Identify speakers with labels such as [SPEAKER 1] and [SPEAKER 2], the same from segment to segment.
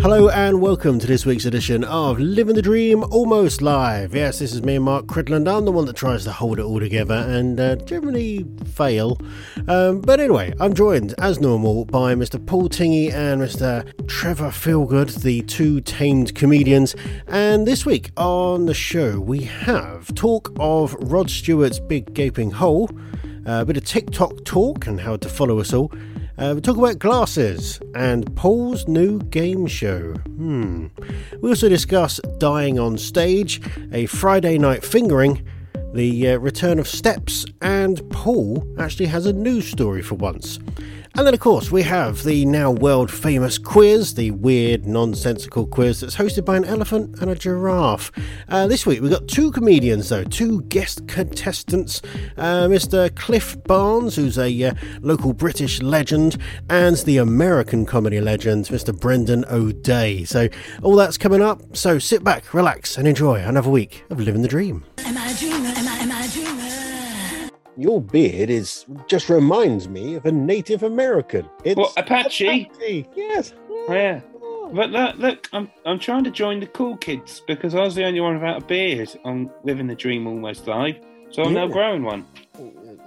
[SPEAKER 1] Hello and welcome to this week's edition of Living the Dream Almost Live. Yes, this is me, Mark Cridland. I'm the one that tries to hold it all together and uh, generally fail. Um, but anyway, I'm joined as normal by Mr. Paul Tingy and Mr. Trevor Feelgood, the two tamed comedians. And this week on the show, we have talk of Rod Stewart's Big Gaping Hole, uh, a bit of TikTok talk and how to follow us all. Uh, we talk about glasses and Paul's new game show. Hmm. We also discuss dying on stage, a Friday night fingering, the uh, return of steps, and Paul actually has a news story for once. And then, of course, we have the now world famous quiz, the weird, nonsensical quiz that's hosted by an elephant and a giraffe. Uh, this week, we've got two comedians, though, two guest contestants uh, Mr. Cliff Barnes, who's a uh, local British legend, and the American comedy legend, Mr. Brendan O'Day. So, all that's coming up. So, sit back, relax, and enjoy another week of Living the Dream.
[SPEAKER 2] Am I a dreamer? Am I, am I a dreamer?
[SPEAKER 1] Your beard is just reminds me of a Native American. It's
[SPEAKER 3] What Apache?
[SPEAKER 1] Apache, Yes.
[SPEAKER 3] Yeah. But look, look, I'm I'm trying to join the cool kids because I was the only one without a beard. I'm living the dream almost live, so I'm now
[SPEAKER 1] Yeah.
[SPEAKER 3] growing one.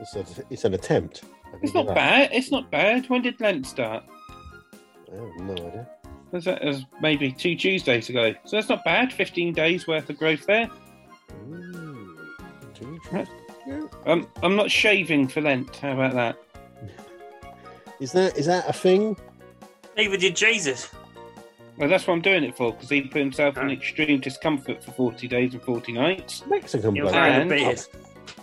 [SPEAKER 1] It's, a, it's an attempt. I can
[SPEAKER 3] It's
[SPEAKER 1] do
[SPEAKER 3] not
[SPEAKER 1] that.
[SPEAKER 3] bad. It's not bad. When did Lent start?
[SPEAKER 1] I have no idea.
[SPEAKER 3] Was that was maybe two Tuesdays ago? So that's not bad. Fifteen days worth of growth there.
[SPEAKER 1] Ooh, do you
[SPEAKER 3] Right.
[SPEAKER 1] No.
[SPEAKER 3] Um, I'm not shaving for Lent. How about that?
[SPEAKER 1] Is that is that a thing?
[SPEAKER 4] Neither did Jesus.
[SPEAKER 3] Well, that's what I'm doing it for because he put himself in extreme discomfort for 40 days and 40 nights,
[SPEAKER 1] Mexican
[SPEAKER 4] He
[SPEAKER 1] bloke.
[SPEAKER 4] was wearing
[SPEAKER 3] And-
[SPEAKER 4] a beard.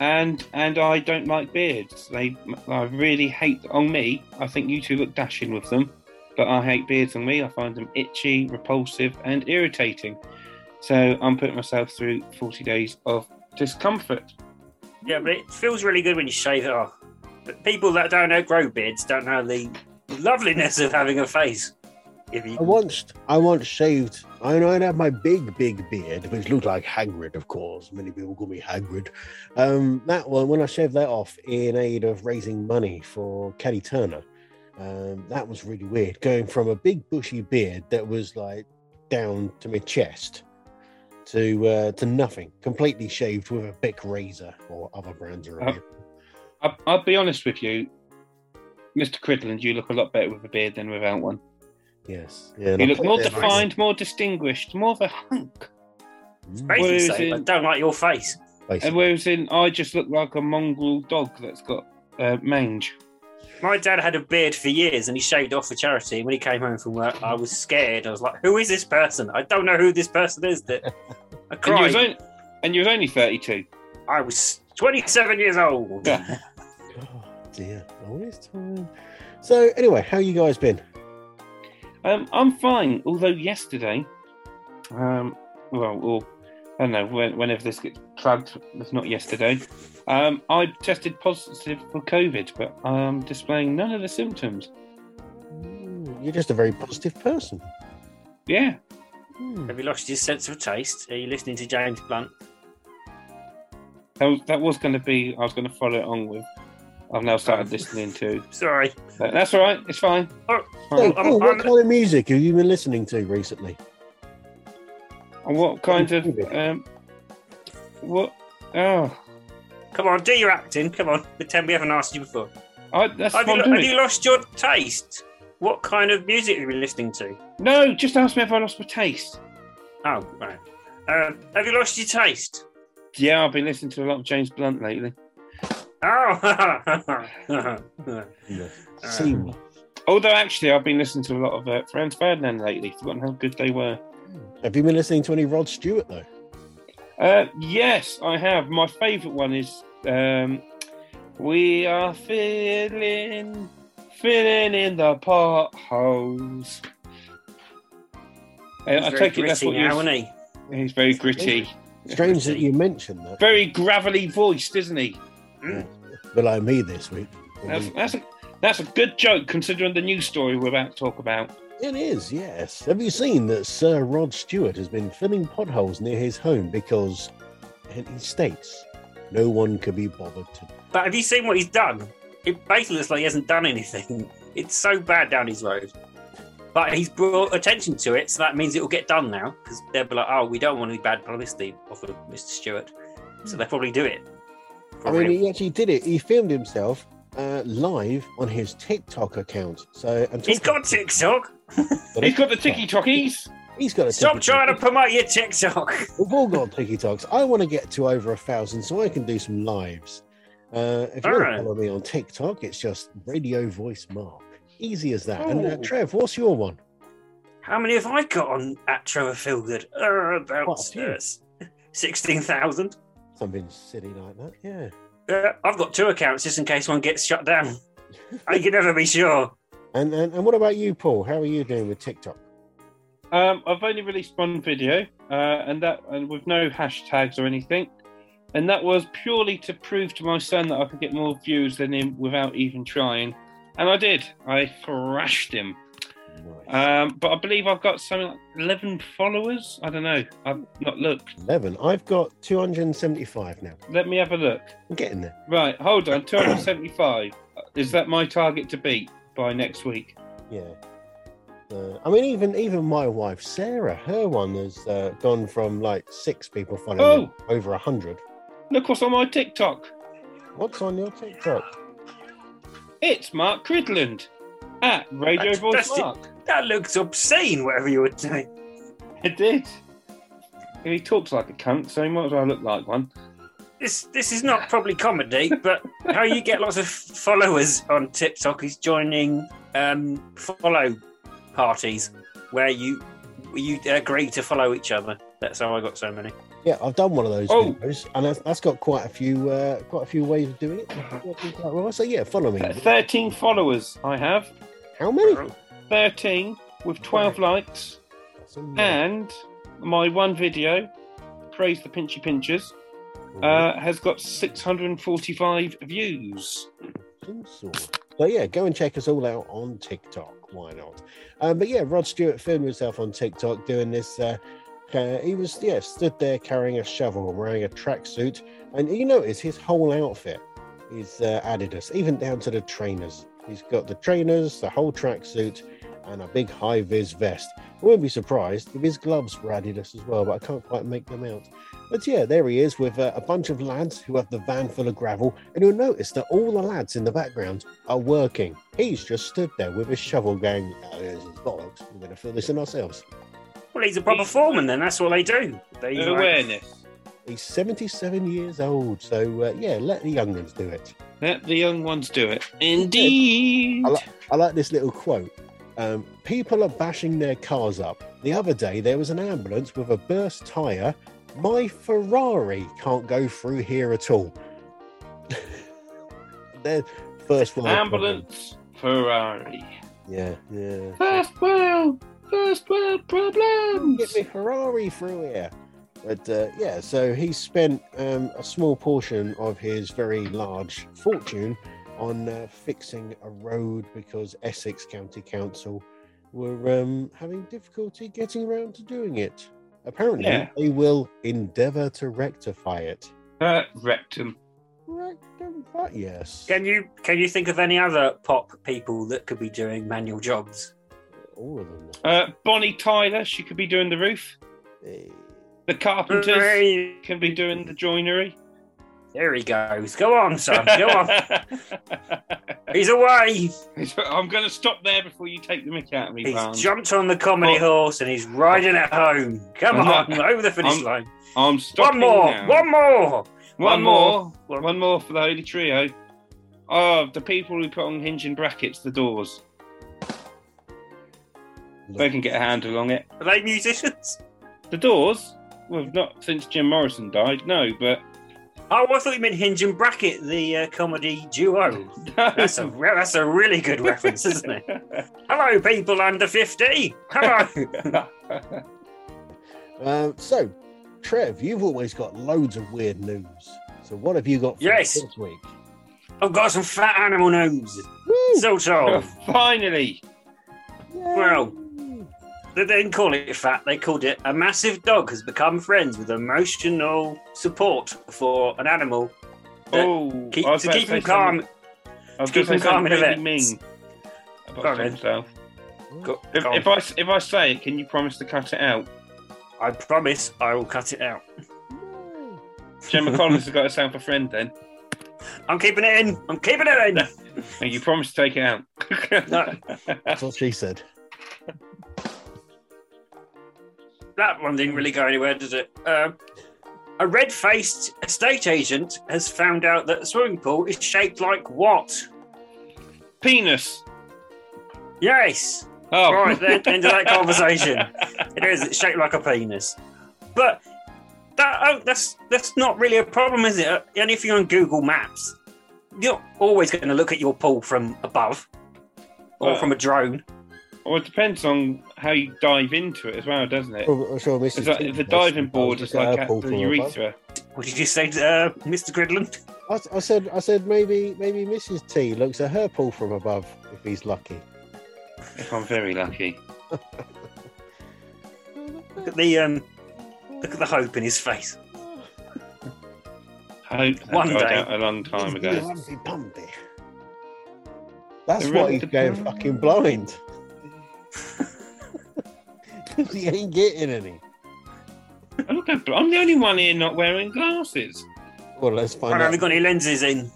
[SPEAKER 3] and and I don't like beards. They I really hate on me. I think you two look dashing with them, but I hate beards on me. I find them itchy, repulsive, and irritating. So I'm putting myself through 40 days of discomfort.
[SPEAKER 4] Yeah, but it feels really good when you shave it off. But people that don't outgrow beards don't know the loveliness of having a face. If
[SPEAKER 1] I
[SPEAKER 4] you,
[SPEAKER 1] once I once shaved. I know I'd have my big big beard, which looked like Hagrid, of course. Many people call me Hagrid. Um, that one when I shaved that off in aid of raising money for Kelly Turner. Um, that was really weird. Going from a big bushy beard that was like down to my chest to uh, to nothing, completely shaved with a Bic razor or other brands are
[SPEAKER 3] Oh.
[SPEAKER 1] available.
[SPEAKER 3] I'll, I'll be honest with you, Mr. Cridland, you look a lot better with a beard than without one.
[SPEAKER 1] Yes. Yeah, and
[SPEAKER 3] You
[SPEAKER 1] I
[SPEAKER 3] look
[SPEAKER 1] put
[SPEAKER 3] more
[SPEAKER 1] it in my-
[SPEAKER 3] defined, more distinguished, more of a hunk.
[SPEAKER 1] Mm,
[SPEAKER 4] basically,
[SPEAKER 3] Whereas
[SPEAKER 4] say,
[SPEAKER 3] in-
[SPEAKER 4] I don't like your face.
[SPEAKER 1] basically.
[SPEAKER 3] And whereas in, I just look like a mongrel dog that's got uh, mange.
[SPEAKER 4] My dad had a beard for years and he shaved off for charity. And when he came home from work, I was scared. I was like, who is this person? I don't know who this person is. That I
[SPEAKER 3] And you, was
[SPEAKER 4] cried.
[SPEAKER 3] only, and you was only 32.
[SPEAKER 4] I was 27 years old.
[SPEAKER 3] Yeah.
[SPEAKER 1] Oh dear, longest time. So anyway, how you guys been?
[SPEAKER 3] Um, I'm fine. Although yesterday, um, well, or I don't know when, whenever this gets plugged, if not yesterday, um, I tested positive for COVID, but I'm displaying none of the symptoms.
[SPEAKER 1] Mm, You're just a very positive person.
[SPEAKER 3] Yeah,
[SPEAKER 1] Hmm.
[SPEAKER 4] Have you lost your sense of taste? Are you listening to James Blunt?
[SPEAKER 3] that was, that was going to be. I was going to follow it on with. I've now started listening to.
[SPEAKER 4] Sorry.
[SPEAKER 3] But that's all right. It's fine.
[SPEAKER 4] Oh,
[SPEAKER 1] So,
[SPEAKER 3] Fine.
[SPEAKER 4] I'm- I'm-
[SPEAKER 1] Paul, what
[SPEAKER 4] I'm-
[SPEAKER 1] kind of music have you been listening to recently?
[SPEAKER 3] And what kind of um, what? Oh,
[SPEAKER 4] Come on, do your acting. Come on, pretend we haven't asked you before.
[SPEAKER 3] I, that's
[SPEAKER 4] Have
[SPEAKER 3] what
[SPEAKER 4] you,
[SPEAKER 3] I'm
[SPEAKER 4] lo- have
[SPEAKER 3] doing.
[SPEAKER 4] you lost your taste? What kind of music have you been listening to?
[SPEAKER 3] No, just ask me if I lost my taste.
[SPEAKER 4] Oh, right. Um, have you lost your taste?
[SPEAKER 3] Yeah, I've been listening to a lot of James Blunt lately.
[SPEAKER 4] Oh, Uh,
[SPEAKER 1] Seamless.
[SPEAKER 3] Although actually, I've been listening to a lot of uh, Franz Ferdinand lately. Forgotten how good they were.
[SPEAKER 1] Have you been listening to any Rod Stewart though?
[SPEAKER 3] Uh, yes, I have. My favourite one is um, "We Are Filling, Filling in the Potholes." Uh, I
[SPEAKER 4] He's very
[SPEAKER 3] take it that's
[SPEAKER 4] gritty
[SPEAKER 3] what
[SPEAKER 4] now,
[SPEAKER 3] you're.
[SPEAKER 4] isn't he?
[SPEAKER 3] He's very gritty,
[SPEAKER 1] Strange that you mentioned that.
[SPEAKER 3] very gravelly voiced, isn't he?
[SPEAKER 1] Will I me this week?
[SPEAKER 4] Mm-hmm.
[SPEAKER 3] That's, that's, a, that's a good joke considering the news story we're about to talk about.
[SPEAKER 1] It is, yes. Have you seen that Sir Rod Stewart has been filling potholes near his home because and he states no one can be bothered to.
[SPEAKER 4] But have you seen what he's done? It basically looks like he hasn't done anything. It's so bad down his road. But he's brought attention to it, so that means it'll get done now because they'll be like, oh, we don't want any bad publicity off of Mr. Stewart. So they'll probably do it.
[SPEAKER 1] Hmm. I
[SPEAKER 4] Probably.
[SPEAKER 1] mean, he actually did it. He filmed himself uh, live on his TikTok account. So and
[SPEAKER 4] He's got TikTok.
[SPEAKER 3] He's got the ticky tockies.
[SPEAKER 1] He's got a
[SPEAKER 4] Stop
[SPEAKER 1] TikTok.
[SPEAKER 4] trying to promote your TikTok.
[SPEAKER 1] We've all got TikToks. I want to get to over a thousand so I can do some lives. Uh, if you want to
[SPEAKER 4] Alright.
[SPEAKER 1] follow me on TikTok, it's just Radio Voice Mark. Easy as that. And uh,
[SPEAKER 4] Oh.
[SPEAKER 1] Trev, what's your one?
[SPEAKER 4] How many have I got on at Trevor Feelgood? Uh, about
[SPEAKER 1] Quite a few.
[SPEAKER 4] uh, s- 16,000.
[SPEAKER 1] Something silly like that. Yeah.
[SPEAKER 4] Uh, I've got two accounts just in case one gets shut down. I can never be sure.
[SPEAKER 1] And, and and what about you, Paul? How are you doing with TikTok?
[SPEAKER 3] Um, I've only released one video, uh, and that and with no hashtags or anything, and that was purely to prove to my son that I could get more views than him without even trying, and I did. I thrashed him.
[SPEAKER 1] Nice.
[SPEAKER 3] Um, but I believe I've got something like eleven followers. I don't know. I've not looked.
[SPEAKER 1] Eleven. I've got two hundred and seventy-five now.
[SPEAKER 3] Let me have a look.
[SPEAKER 1] I'm getting there.
[SPEAKER 3] Right, hold on. Two hundred seventy-five. Is that my target to beat by next week?
[SPEAKER 1] Yeah. Uh, I mean, even even my wife Sarah, her one has uh, gone from like six people following her
[SPEAKER 3] Oh!
[SPEAKER 1] to over a hundred.
[SPEAKER 3] Look what's on my TikTok.
[SPEAKER 1] What's on your TikTok?
[SPEAKER 3] It's Mark Cridland at Radio
[SPEAKER 4] That's-
[SPEAKER 3] Voice
[SPEAKER 4] that's it.
[SPEAKER 3] Mark.
[SPEAKER 4] That looks obscene, whatever you were doing.
[SPEAKER 3] It did. He talks like a cunt, so he might as well look like one.
[SPEAKER 4] This this is not probably comedy, but how you get lots of followers on TikTok is joining um, follow parties where you where you agree to follow each other. That's how I got so many.
[SPEAKER 1] Yeah, I've done one of those
[SPEAKER 3] Oh.
[SPEAKER 1] videos, and that's, that's got quite a few uh, quite a few ways of doing it. Working quite well. So yeah, follow me.
[SPEAKER 3] Uh, Thirteen followers I have.
[SPEAKER 1] How many?
[SPEAKER 3] Thirteen with twelve likes,
[SPEAKER 1] That's a lot.
[SPEAKER 3] and my one video, praise the pinchy pinchers,
[SPEAKER 1] Mm-hmm.
[SPEAKER 3] uh, has got six hundred and forty-five views.
[SPEAKER 1] Tinsel. So yeah, go and check us all out on TikTok. Why not? Um, but yeah, Rod Stewart filmed himself on TikTok doing this. Uh, uh, he was yeah stood there carrying a shovel, wearing a tracksuit, and you notice his whole outfit is uh, Adidas, even down to the trainers. He's got the trainers, the whole tracksuit, and a big high vis vest. I wouldn't be surprised if his gloves were Adidas as well, but I can't quite make them out. But yeah, there he is with uh, a bunch of lads who have the van full of gravel, and you'll notice that all the lads in the background are working. He's just stood there with his shovel going, oh, this is bollocks, we're going to fill this in ourselves.
[SPEAKER 4] Well, he's a proper foreman, then. That's what they do. They like-
[SPEAKER 3] Awareness.
[SPEAKER 1] He's 77 years old, so uh, yeah, let the young ones do it.
[SPEAKER 3] Let the young ones do it. Indeed.
[SPEAKER 1] I like, I like this little quote. Um, people are bashing their cars up. The other day, there was an ambulance with a burst tyre. My Ferrari can't go through here at all. Their first world. problem.
[SPEAKER 3] Ambulance, Ferrari.
[SPEAKER 1] Yeah, yeah.
[SPEAKER 3] First world, first world problems.
[SPEAKER 1] Get me Ferrari through here. But uh, yeah, so he spent um, a small portion of his very large fortune on uh, fixing a road because Essex County Council were um, having difficulty getting around to doing it. Apparently,
[SPEAKER 3] Yeah.
[SPEAKER 1] they will endeavour to rectify it.
[SPEAKER 3] Uh, rectum.
[SPEAKER 1] Rectify? Yes.
[SPEAKER 4] Can you can you think of any other pop people that could be doing manual jobs?
[SPEAKER 1] All of them.
[SPEAKER 3] Uh, Bonnie Tyler, she could be doing the roof.
[SPEAKER 1] Eh,
[SPEAKER 3] The carpenters
[SPEAKER 4] Hooray!
[SPEAKER 3] can be doing the joinery.
[SPEAKER 4] There he goes. Go on, son. Uh, Go on. He's away.
[SPEAKER 3] I'm going to stop there before you take the mick out of me, Barnes.
[SPEAKER 4] He's jumped on the comedy horse and he's riding it home. Come
[SPEAKER 3] Oh. I'm
[SPEAKER 4] on,
[SPEAKER 3] not-
[SPEAKER 4] over the finish
[SPEAKER 3] I'm
[SPEAKER 4] line.
[SPEAKER 3] I'm
[SPEAKER 4] One
[SPEAKER 3] stopping
[SPEAKER 4] more.
[SPEAKER 3] now.
[SPEAKER 4] One more.
[SPEAKER 3] One
[SPEAKER 4] one
[SPEAKER 3] more.
[SPEAKER 4] more.
[SPEAKER 3] One more for the Holy Trio. Oh, the people who put on hinge and brackets the doors. They can get a handle on it.
[SPEAKER 4] Are they musicians?
[SPEAKER 3] The Doors, well, not since Jim Morrison died, no, but
[SPEAKER 4] Oh, I thought you meant Hinge and Bracket, the uh, comedy duo. That's a re- that's a really good reference, isn't it? Hello, people under fifty. Hello.
[SPEAKER 1] Um, so, Trev, you've always got loads of weird news. So, what have you got for us
[SPEAKER 4] Yes.
[SPEAKER 1] this week?
[SPEAKER 4] I've got some fat animal news. Sort of.
[SPEAKER 3] Finally,
[SPEAKER 4] Well, they didn't call it fat. They called it a massive dog has become friends with emotional support for an animal That
[SPEAKER 3] oh,
[SPEAKER 4] keep,
[SPEAKER 3] I was
[SPEAKER 4] to
[SPEAKER 3] about
[SPEAKER 4] keep
[SPEAKER 3] say
[SPEAKER 4] him calm.
[SPEAKER 3] something- I was
[SPEAKER 4] to keep
[SPEAKER 3] going
[SPEAKER 4] him
[SPEAKER 3] to say
[SPEAKER 4] calm
[SPEAKER 3] something
[SPEAKER 4] in
[SPEAKER 3] really
[SPEAKER 4] events.
[SPEAKER 3] mean
[SPEAKER 4] Go
[SPEAKER 3] about
[SPEAKER 4] on,
[SPEAKER 3] himself.
[SPEAKER 4] Go-
[SPEAKER 3] If,
[SPEAKER 4] go on.
[SPEAKER 3] if I s- if I say it, can you promise to cut it out?
[SPEAKER 4] I promise I will cut it out.
[SPEAKER 3] Gemma Collins has got herself a friend then,
[SPEAKER 4] I'm keeping it in. I'm keeping it in.
[SPEAKER 3] and you promise to take it out.
[SPEAKER 4] No.
[SPEAKER 1] That's what she said.
[SPEAKER 4] that one didn't really go anywhere, did it? Um, a red faced estate agent has found out that a swimming pool is shaped like what?
[SPEAKER 3] Penis.
[SPEAKER 4] Yes.
[SPEAKER 3] Oh,
[SPEAKER 4] Right, then, end of that conversation. It is. It's shaped like a penis. But that oh, that's that's not really a problem, is it? And if you're on Google Maps, you're not always going to look at your pool from above or
[SPEAKER 3] Well-
[SPEAKER 4] from a drone.
[SPEAKER 3] Well, it depends on how you dive into it as well, doesn't it?
[SPEAKER 1] Well, I'm sure Mrs.
[SPEAKER 3] Is that, the diving board is like at
[SPEAKER 1] Apple
[SPEAKER 3] the
[SPEAKER 1] from above.
[SPEAKER 3] urethra.
[SPEAKER 4] What did you say, uh, Mr. Gridland?
[SPEAKER 1] I, I said, I said maybe, maybe Mrs. T looks at her pool from above if he's lucky.
[SPEAKER 3] If I'm very lucky.
[SPEAKER 4] Look at the um, look at the hope in his face.
[SPEAKER 3] Hope that
[SPEAKER 4] One
[SPEAKER 3] died
[SPEAKER 4] day.
[SPEAKER 3] out a long time ago.
[SPEAKER 1] Humpy Pumpy. That's
[SPEAKER 3] The
[SPEAKER 1] why
[SPEAKER 3] room-
[SPEAKER 1] he's going fucking blind. 'Cause he ain't getting any.
[SPEAKER 3] I look at- I'm the only one here not wearing glasses.
[SPEAKER 1] Well, let's
[SPEAKER 4] I
[SPEAKER 1] find out.
[SPEAKER 4] haven't got any lenses in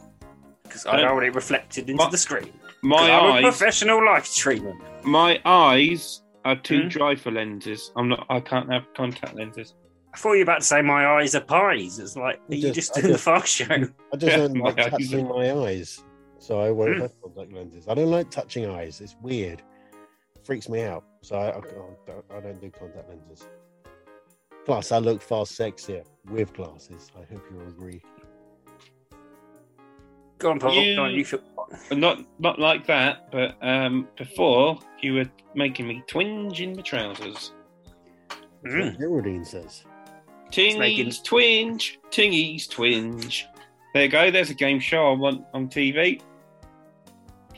[SPEAKER 4] because I
[SPEAKER 3] Don't-
[SPEAKER 4] don't want it reflected into
[SPEAKER 3] My-
[SPEAKER 4] the screen. 'Cause
[SPEAKER 3] My
[SPEAKER 4] I'm a
[SPEAKER 3] eyes,
[SPEAKER 4] professional life treatment.
[SPEAKER 3] my eyes are too
[SPEAKER 4] Hmm?
[SPEAKER 3] dry for lenses. I'm not. I can't have contact lenses.
[SPEAKER 4] I thought you were about to say my eyes are pies. It's like are you
[SPEAKER 1] Just-
[SPEAKER 4] just
[SPEAKER 1] I
[SPEAKER 4] doing the
[SPEAKER 1] just-
[SPEAKER 4] fast show.
[SPEAKER 1] I just
[SPEAKER 3] Yeah,
[SPEAKER 1] don't
[SPEAKER 3] my
[SPEAKER 1] like
[SPEAKER 3] eyes
[SPEAKER 1] touching
[SPEAKER 3] are-
[SPEAKER 1] my eyes, so I won't
[SPEAKER 3] Hmm.
[SPEAKER 4] Mm.
[SPEAKER 1] have contact lenses. I don't like touching eyes. It's weird. Freaks me out. So I, I, don't, I don't do contact lenses. Plus, I look far sexier with glasses. I hope you all agree.
[SPEAKER 4] Go on, Paul.
[SPEAKER 3] You-
[SPEAKER 4] Go on, you feel-
[SPEAKER 3] Not not like that. But um, before you were making me twinge in the trousers.
[SPEAKER 1] That's
[SPEAKER 4] Mm-hmm.
[SPEAKER 1] what
[SPEAKER 3] Hmm.
[SPEAKER 1] Geraldine says.
[SPEAKER 3] Tingy's
[SPEAKER 4] making-
[SPEAKER 3] twinge. Tingy's twinge. There you go. There's a game show I want on TV.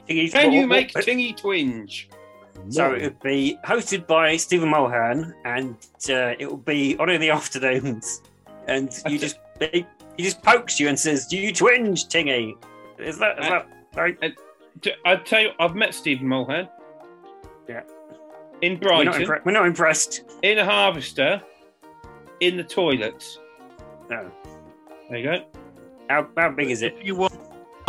[SPEAKER 3] Can you make Tingy twinge?
[SPEAKER 4] So
[SPEAKER 1] No.
[SPEAKER 4] it would be hosted by Stephen Mulhern, and uh, it would be on in the afternoons. And you just he, he just pokes you and says, "Do you twinge, Tingy?" Is that is
[SPEAKER 3] Uh,
[SPEAKER 4] that right?
[SPEAKER 3] D- I tell you, I've met Stephen Mulhern.
[SPEAKER 4] Yeah.
[SPEAKER 3] In
[SPEAKER 4] We're
[SPEAKER 3] Brighton,
[SPEAKER 4] not, impre- we're not impressed.
[SPEAKER 3] in a harvester, in the toilets.
[SPEAKER 4] No.
[SPEAKER 3] There you go.
[SPEAKER 4] How, how big is it?
[SPEAKER 5] If you want,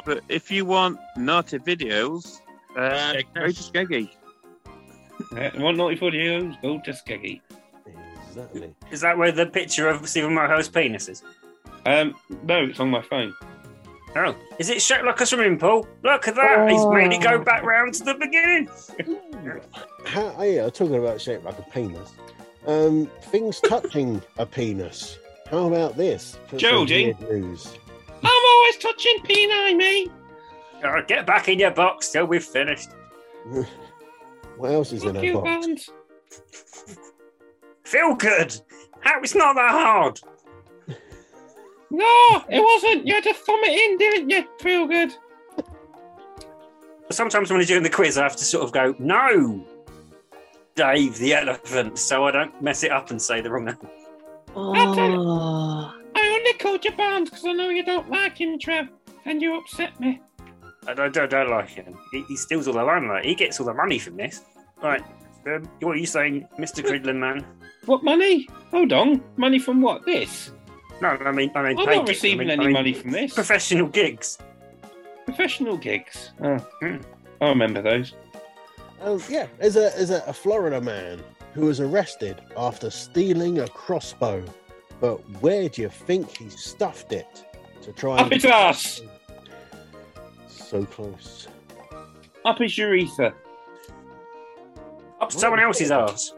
[SPEAKER 5] but if you want naughty videos, uh, go to Skeggy.
[SPEAKER 3] Yeah, One naughty for you, go to Skeggy.
[SPEAKER 1] Exactly.
[SPEAKER 4] Is that where the picture of Stephen Mulhern's penis is?
[SPEAKER 3] Um, no, it's on my phone.
[SPEAKER 4] Oh, is it shaped like a swimming pool? Look at that! He's made it
[SPEAKER 3] Oh.
[SPEAKER 4] go back round to the beginning.
[SPEAKER 1] How, oh yeah, talking about shaped like a penis. Um, things touching a penis. How about this? For some
[SPEAKER 3] Geraldine?
[SPEAKER 1] weird News.
[SPEAKER 3] I'm always touching peni, me.
[SPEAKER 4] Oh, get back in your box till we've finished.
[SPEAKER 1] What else is in
[SPEAKER 3] Fuck
[SPEAKER 1] her
[SPEAKER 3] you,
[SPEAKER 1] box?
[SPEAKER 3] Band.
[SPEAKER 4] Feel good. How it's not that hard.
[SPEAKER 3] No, it wasn't. You had to thumb it in, didn't you? Feel good.
[SPEAKER 4] Sometimes when I'm doing the quiz, I have to sort of go, no, Dave the elephant, so I don't mess it up and say the wrong name. Ah.
[SPEAKER 3] I only called you Barnes because I know you don't like him, Trev, and you upset me.
[SPEAKER 4] I don't, don't, don't like him. He, he steals all the limelight. He gets all the money from this. Right. Um, what are you saying, Mr. Cridlin Man?
[SPEAKER 3] What money? Hold on. Money from what? This?
[SPEAKER 4] No, I mean, I mean,
[SPEAKER 3] I'm
[SPEAKER 4] paid-
[SPEAKER 3] not receiving
[SPEAKER 4] I mean- I
[SPEAKER 3] any
[SPEAKER 4] mean,
[SPEAKER 3] money from this.
[SPEAKER 4] Professional gigs.
[SPEAKER 3] Professional gigs. Oh.
[SPEAKER 4] Mm.
[SPEAKER 3] I remember those.
[SPEAKER 1] Um, yeah, there's a there's a, a Florida man who was arrested after stealing a crossbow, but where do you think he stuffed it to try?
[SPEAKER 3] Up his ass.
[SPEAKER 1] So close.
[SPEAKER 3] Up his urethra.
[SPEAKER 4] Up to someone else's arse.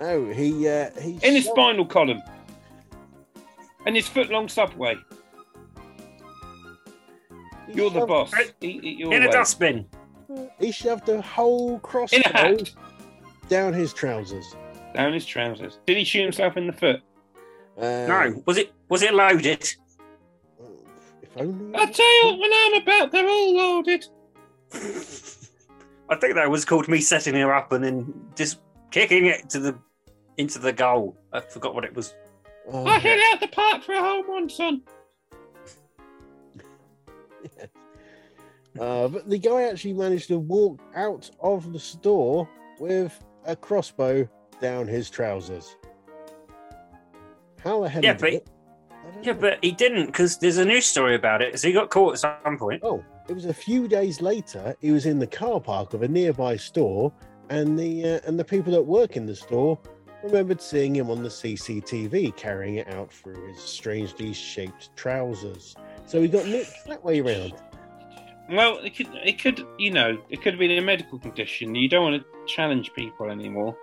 [SPEAKER 1] No, he uh, he
[SPEAKER 3] In his
[SPEAKER 1] shoved-
[SPEAKER 3] spinal column. And his foot long subway.
[SPEAKER 1] he
[SPEAKER 3] You're the
[SPEAKER 1] shoved-
[SPEAKER 3] boss. Eat it your
[SPEAKER 4] In a
[SPEAKER 3] way.
[SPEAKER 4] dustbin.
[SPEAKER 1] He shoved a whole crossbow
[SPEAKER 3] In a hat.
[SPEAKER 1] down his trousers.
[SPEAKER 3] Down his trousers. Did he shoot himself in the foot?
[SPEAKER 1] Uh,
[SPEAKER 4] No, was it was it loaded?
[SPEAKER 1] If Only-
[SPEAKER 3] I tell you when I'm about, they're all loaded.
[SPEAKER 4] I think that was called me setting her up and then just kicking it to the into the goal. I forgot what it was.
[SPEAKER 1] Oh,
[SPEAKER 3] I hit out the park for a home run, son.
[SPEAKER 1] Uh, but the guy actually managed to walk out of the store with a crossbow down his trousers. How the hell?
[SPEAKER 4] Yeah,
[SPEAKER 1] he
[SPEAKER 4] but-
[SPEAKER 1] did it? I don't
[SPEAKER 4] Yeah,
[SPEAKER 1] know.
[SPEAKER 4] but he didn't because there's a news story about it. So he got caught at some point.
[SPEAKER 1] oh, it was a few days later. He was in the car park of a nearby store, and the uh, and the people that work in the store remembered seeing him on the CCTV carrying it out through his strangely shaped trousers. So he got nipped that way around.
[SPEAKER 3] Well, it could, it could, you know, it could have been a medical condition. You don't want to challenge people anymore.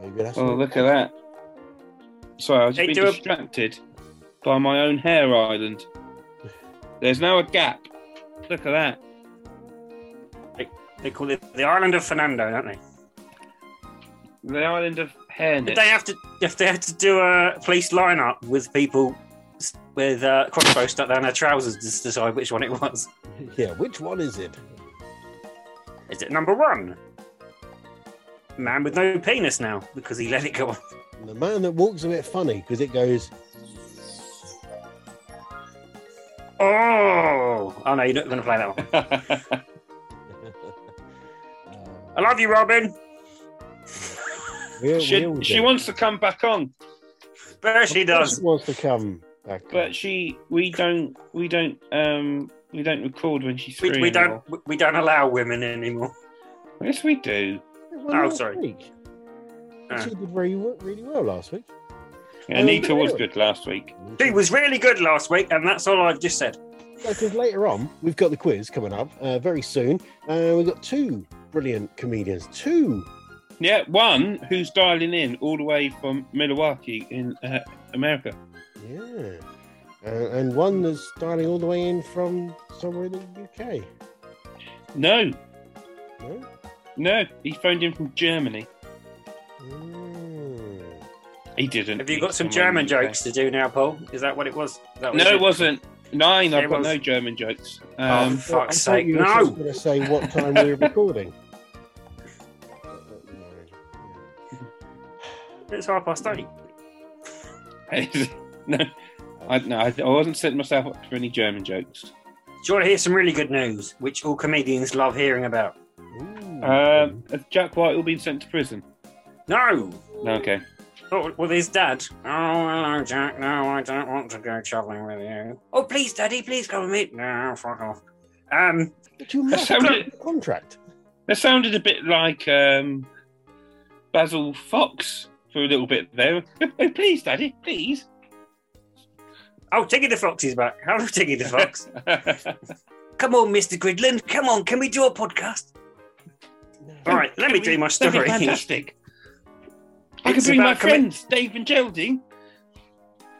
[SPEAKER 1] Maybe that's
[SPEAKER 3] Oh,
[SPEAKER 1] what-
[SPEAKER 3] look at that. Sorry, I was
[SPEAKER 4] Hey,
[SPEAKER 3] being
[SPEAKER 4] do a-
[SPEAKER 3] distracted by my own hair island. There's now a gap. Look at that.
[SPEAKER 4] They call it the Island of Fernando, don't they?
[SPEAKER 3] The island of hair.
[SPEAKER 4] If they have to, if they have to do a police lineup with people s- with uh, crossbow stuck down their trousers to s- decide which one it was.
[SPEAKER 1] Yeah, which one is it?
[SPEAKER 4] Is it number one? Man with no penis now because he let it go.
[SPEAKER 1] And the man that walks a bit funny because it goes.
[SPEAKER 4] Oh, oh no, you're not going to play that one. I love you, Robin.
[SPEAKER 1] We'll-
[SPEAKER 3] she,
[SPEAKER 1] we'll
[SPEAKER 3] she
[SPEAKER 1] do.
[SPEAKER 3] wants to come back on,
[SPEAKER 4] But she
[SPEAKER 1] She
[SPEAKER 4] does.
[SPEAKER 1] wants to come back.
[SPEAKER 3] but she we don't we don't um we don't record when she's free.
[SPEAKER 4] We, we don't.
[SPEAKER 3] anymore.
[SPEAKER 4] we- We don't allow women anymore.
[SPEAKER 3] Yes, we do.
[SPEAKER 1] Well,
[SPEAKER 4] Oh,
[SPEAKER 1] last
[SPEAKER 4] sorry.
[SPEAKER 1] week.
[SPEAKER 4] Ah.
[SPEAKER 1] She did very well- really well last week.
[SPEAKER 3] Anita was
[SPEAKER 1] really?
[SPEAKER 3] good last week.
[SPEAKER 4] She was really good last week, and that's all I've just said.
[SPEAKER 1] Because later on, we've got the quiz coming up uh, very soon. Uh, we've got two brilliant comedians. Two.
[SPEAKER 3] Yeah, one who's dialing in all the way from Milwaukee in uh, America.
[SPEAKER 1] Yeah. Uh, and one that's starting all the way in from somewhere in the UK.
[SPEAKER 3] No,
[SPEAKER 1] No?
[SPEAKER 3] no, he phoned in from Germany.
[SPEAKER 1] Mm.
[SPEAKER 3] He didn't.
[SPEAKER 4] Have you
[SPEAKER 3] He's
[SPEAKER 4] got some
[SPEAKER 3] somewhere
[SPEAKER 4] German
[SPEAKER 3] in the UK.
[SPEAKER 4] jokes to do now, Paul? Is that what it was? Is that what
[SPEAKER 3] No,
[SPEAKER 4] you
[SPEAKER 3] it wasn't. Nine.
[SPEAKER 4] It
[SPEAKER 3] I've got
[SPEAKER 4] was-
[SPEAKER 3] no German jokes.
[SPEAKER 4] Oh,
[SPEAKER 3] Um,
[SPEAKER 4] for fuck's
[SPEAKER 1] I thought
[SPEAKER 4] sake,
[SPEAKER 1] you were just
[SPEAKER 4] no!
[SPEAKER 1] going to say what time we were recording. Uh,
[SPEAKER 4] It's half past eight.
[SPEAKER 3] no, I, no, I I wasn't setting myself up for any German jokes.
[SPEAKER 4] Do you want to hear some really good news, which all comedians love hearing about?
[SPEAKER 1] Ooh.
[SPEAKER 3] Um, has Jack White all been sent to prison?
[SPEAKER 4] No!
[SPEAKER 3] No, okay.
[SPEAKER 4] Oh, with his dad. Oh, hello, Jack. No, I don't want to go travelling with you. Oh, please, Daddy, please come with me. No, fuck off. Um,
[SPEAKER 1] but you must
[SPEAKER 3] sounded-
[SPEAKER 1] have a contract.
[SPEAKER 3] That sounded a bit like um, Basil Fox for a little bit there. Oh, please, Daddy, please.
[SPEAKER 4] oh, Tiggy the Fox is back. Hello, Tiggy the Fox. come on, Mr. Gridland. Come on, can we do a podcast? All right, let me do my
[SPEAKER 3] That'd be
[SPEAKER 4] story.
[SPEAKER 3] fantastic. I could
[SPEAKER 4] It's
[SPEAKER 3] bring my
[SPEAKER 4] about commi-
[SPEAKER 3] friends, Dave and Geraldine,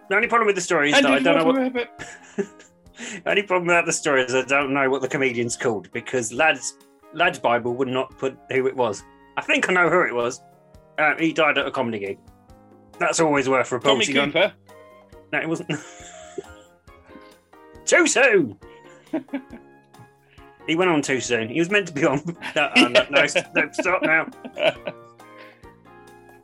[SPEAKER 4] The only problem with the story is
[SPEAKER 3] and
[SPEAKER 4] that I
[SPEAKER 3] if
[SPEAKER 4] don't know
[SPEAKER 3] not
[SPEAKER 4] what.
[SPEAKER 3] Robert.
[SPEAKER 4] The only problem about the story is I don't know what the comedian's called because Lad's Lad's Bible would not put who it was. I think I know who it was. Uh, he died at a comedy gig. That's always worth
[SPEAKER 3] Tommy
[SPEAKER 4] reporting on.
[SPEAKER 3] Cooper.
[SPEAKER 4] No, it wasn't. too soon. he went on too soon. He was meant to be on. No, uh, no, no, no, stop now.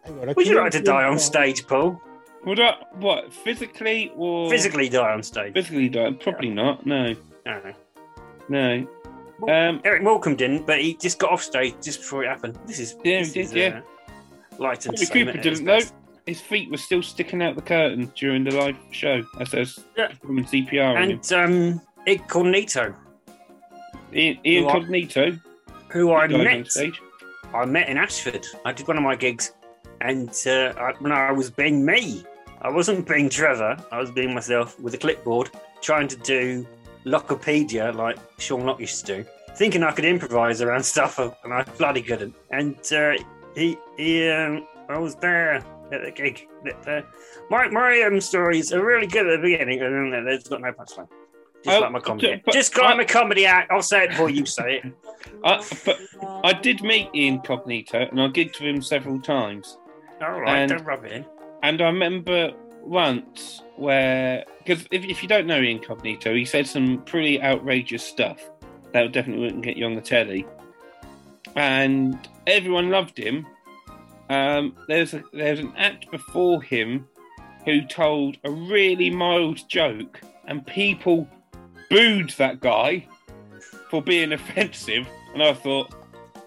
[SPEAKER 1] Hang on, a
[SPEAKER 4] Would you like to
[SPEAKER 1] comedian
[SPEAKER 4] die on
[SPEAKER 1] dies-
[SPEAKER 4] stage, Paul?
[SPEAKER 3] Would I what physically or
[SPEAKER 4] Physically die on stage.
[SPEAKER 3] Physically die? Probably not. No,
[SPEAKER 4] No.
[SPEAKER 3] no. Um,
[SPEAKER 4] Eric Morecambe didn't, but he just got off stage just before it happened. This is
[SPEAKER 3] Yeah, he
[SPEAKER 4] this
[SPEAKER 3] did,
[SPEAKER 4] is,
[SPEAKER 3] yeah.
[SPEAKER 4] Uh, light and
[SPEAKER 3] Tommy Cooper didn't know. His feet were still sticking out the curtain during the live show as I was
[SPEAKER 4] Yeah.
[SPEAKER 3] doing CPR on him.
[SPEAKER 4] And um, Incognito,
[SPEAKER 3] Ian, Ian
[SPEAKER 4] Who are-
[SPEAKER 3] Cognito
[SPEAKER 4] who I
[SPEAKER 3] died on
[SPEAKER 4] met,
[SPEAKER 3] stage.
[SPEAKER 4] I met in Ashford. I did one of my gigs, and uh, I, when I was being me, I wasn't being Trevor. I was being myself with a clipboard, trying to do Lockopedia like Sean Lock used to do, thinking I could improvise around stuff, and I bloody couldn't. And uh, he, he, um, I was there at the gig. that, uh, my my um, stories are really good at the beginning, and then there's got no punchline. Just
[SPEAKER 3] Oh,
[SPEAKER 4] like my comedy.
[SPEAKER 3] but-
[SPEAKER 4] Just like
[SPEAKER 3] I-
[SPEAKER 4] my comedy act. I'll say it before you say it.
[SPEAKER 3] I, but I did meet Ian Cognito and I gigged with him several times.
[SPEAKER 4] All right,
[SPEAKER 3] And-
[SPEAKER 4] don't rub it in.
[SPEAKER 3] And I remember once where because if, if you don't know Incognito, he said some pretty outrageous stuff that definitely wouldn't get you on the telly, and everyone loved him. Um, there's a, there's an act before him who told a really mild joke, and people booed that guy for being offensive. And I thought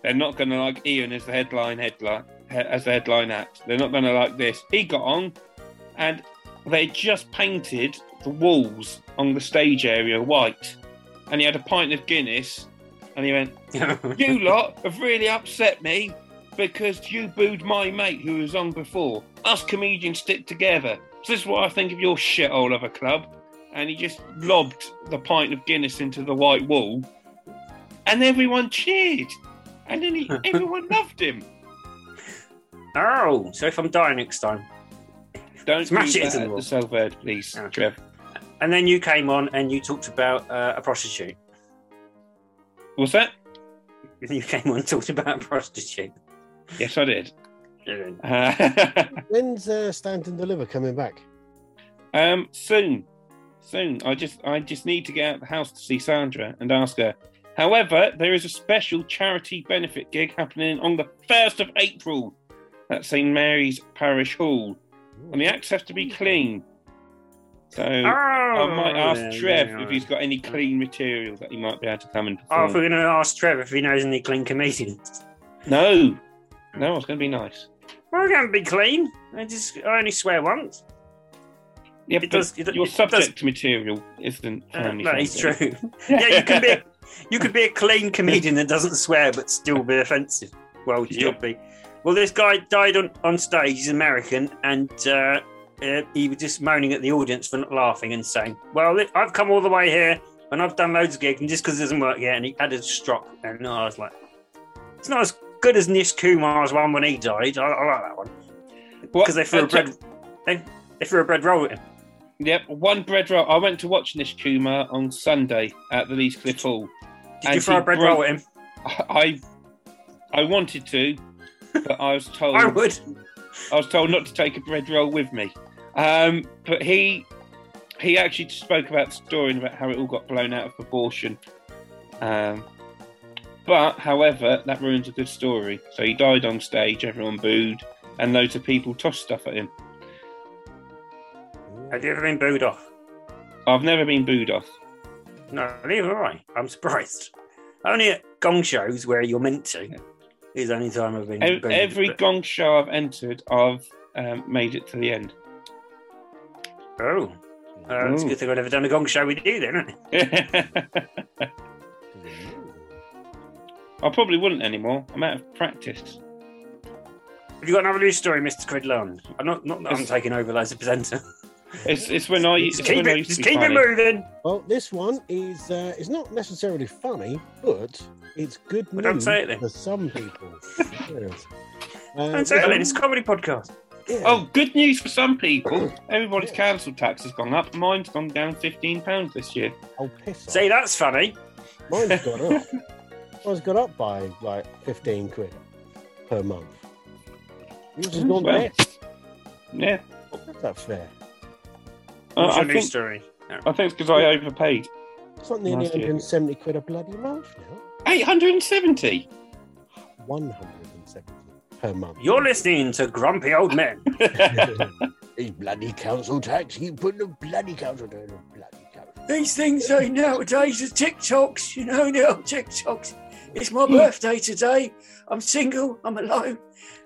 [SPEAKER 3] they're not going to like Ian as the headline headline he- as the headline act. They're not going to like this. He got on, and they just painted the walls on the stage area white. And he had a pint of Guinness, and he went, "You lot have really upset me." Because you booed my mate who was on before. Us comedians stick together. So this is what I think of your shithole of a club and he just lobbed the pint of Guinness into the white wall, and everyone cheered, and then he, everyone loved him.
[SPEAKER 4] oh, so if I'm dying next time.
[SPEAKER 3] Don't
[SPEAKER 4] Smash
[SPEAKER 3] do
[SPEAKER 4] it into
[SPEAKER 3] that
[SPEAKER 4] the
[SPEAKER 3] at
[SPEAKER 4] wall. Ah,
[SPEAKER 3] the Selverd, please,
[SPEAKER 4] Okay.
[SPEAKER 3] Trev.
[SPEAKER 4] And then you came on and you talked about uh, a prostitute.
[SPEAKER 3] Was that?
[SPEAKER 4] You came on and talked about a prostitute.
[SPEAKER 3] Yes, I did.
[SPEAKER 4] Yeah.
[SPEAKER 3] Uh,
[SPEAKER 1] When's uh, Stand and Deliver coming back?
[SPEAKER 3] um, soon, soon. I just, I just need to get out of the house to see Sandra and ask her. However, there is a special charity benefit gig happening on the first of April at St Mary's Parish Hall, and the acts have to be clean. So. I might ask
[SPEAKER 4] Oh, yeah,
[SPEAKER 3] Trev
[SPEAKER 4] yeah,
[SPEAKER 3] if he's got any clean material that he might be able to come and
[SPEAKER 4] Oh, if
[SPEAKER 3] perform.
[SPEAKER 4] we're going to ask Trev if he knows any clean comedians.
[SPEAKER 3] no, no, it's going to be nice.
[SPEAKER 4] Well, I can't be clean. I just I only swear once.
[SPEAKER 3] Yeah,
[SPEAKER 4] It
[SPEAKER 3] but
[SPEAKER 4] does- it-
[SPEAKER 3] your
[SPEAKER 4] it does-
[SPEAKER 3] subject material isn't
[SPEAKER 4] Uh,
[SPEAKER 3] family.
[SPEAKER 4] that is
[SPEAKER 3] friendly.
[SPEAKER 4] true. yeah, you can be you could be a clean comedian that doesn't swear but still be offensive. Well, still
[SPEAKER 3] Yeah.
[SPEAKER 4] be. Well, this guy died on, on stage. He's American, and uh, uh, he was just moaning at the audience for not laughing and saying, "Well, li- I've come all the way here and I've done loads of gigs, and just because it doesn't work yet." And he had a stroke, and I was like, "It's not as good as Nish Kumar's one when he died. I, I like that one
[SPEAKER 3] What-
[SPEAKER 4] because they threw
[SPEAKER 3] uh,
[SPEAKER 4] a bread they, they threw a bread roll at him."
[SPEAKER 3] Yep, one bread roll. I went to watch Nish Kumar on Sunday at the Leeds Cliff Hall.
[SPEAKER 4] Did you
[SPEAKER 3] And
[SPEAKER 4] throw
[SPEAKER 3] he
[SPEAKER 4] a bread
[SPEAKER 3] broke-
[SPEAKER 4] roll at him?
[SPEAKER 3] I, I wanted to, but I was told
[SPEAKER 4] I would.
[SPEAKER 3] I was told not to take a bread roll with me. Um, but he he actually spoke about the story and about how it all got blown out of proportion. Um, but however, that ruins a good story. So he died on stage, everyone booed, and loads of people tossed stuff at him.
[SPEAKER 4] Have you ever been booed off?
[SPEAKER 3] I've never been booed off.
[SPEAKER 4] No, neither have I. I'm surprised. Only at gong shows where you're meant to is the only time I've been.
[SPEAKER 3] Ev-
[SPEAKER 4] booed,
[SPEAKER 3] Every
[SPEAKER 4] but-
[SPEAKER 3] gong show I've entered, I've um, made it to the end.
[SPEAKER 4] Oh, uh, it's a
[SPEAKER 3] Ooh.
[SPEAKER 4] good thing I've never done a gong show with you then. Isn't it?
[SPEAKER 3] I probably wouldn't anymore. I'm out of practice.
[SPEAKER 4] Have you got another news story, Mr. Cridland? I'm not, not that I'm
[SPEAKER 3] Yes.
[SPEAKER 4] taking over as a presenter.
[SPEAKER 3] It's, it's when I it's
[SPEAKER 4] just
[SPEAKER 3] when
[SPEAKER 4] keep
[SPEAKER 3] I
[SPEAKER 4] it,
[SPEAKER 3] used to
[SPEAKER 4] just
[SPEAKER 3] be
[SPEAKER 4] keep
[SPEAKER 3] funny.
[SPEAKER 4] it moving.
[SPEAKER 1] Well, this one is uh, it's not necessarily funny, but it's good
[SPEAKER 4] Well,
[SPEAKER 1] news
[SPEAKER 4] don't say it then.
[SPEAKER 1] for some people. Yes. Uh,
[SPEAKER 4] Don't say that. It's a comedy podcast.
[SPEAKER 1] yeah.
[SPEAKER 3] Oh, good news for some people. Everybody's council tax has gone up. Mine's gone down £15 this year.
[SPEAKER 1] oh, piss off.
[SPEAKER 4] Say that's funny.
[SPEAKER 1] Mine's got up. Mine's got up by like fifteen quid per month. Yours
[SPEAKER 4] Hmm.
[SPEAKER 1] has gone
[SPEAKER 3] Well,
[SPEAKER 1] down.
[SPEAKER 3] Yeah.
[SPEAKER 1] That's not fair.
[SPEAKER 3] Uh,
[SPEAKER 4] What's
[SPEAKER 3] I,
[SPEAKER 4] your news
[SPEAKER 3] think,
[SPEAKER 4] story? No.
[SPEAKER 3] I think it's because I overpaid.
[SPEAKER 1] It's not nearly
[SPEAKER 3] Last year.
[SPEAKER 1] 170 quid a bloody month now.
[SPEAKER 3] 870
[SPEAKER 1] 170 per month.
[SPEAKER 4] You're listening to Grumpy Old Men.
[SPEAKER 1] It's bloody council tax. You put the bloody council down. the Bloody council.
[SPEAKER 4] These things I nowadays are TikToks, you know, the old TikToks. It's my birthday today. I'm single. I'm alone.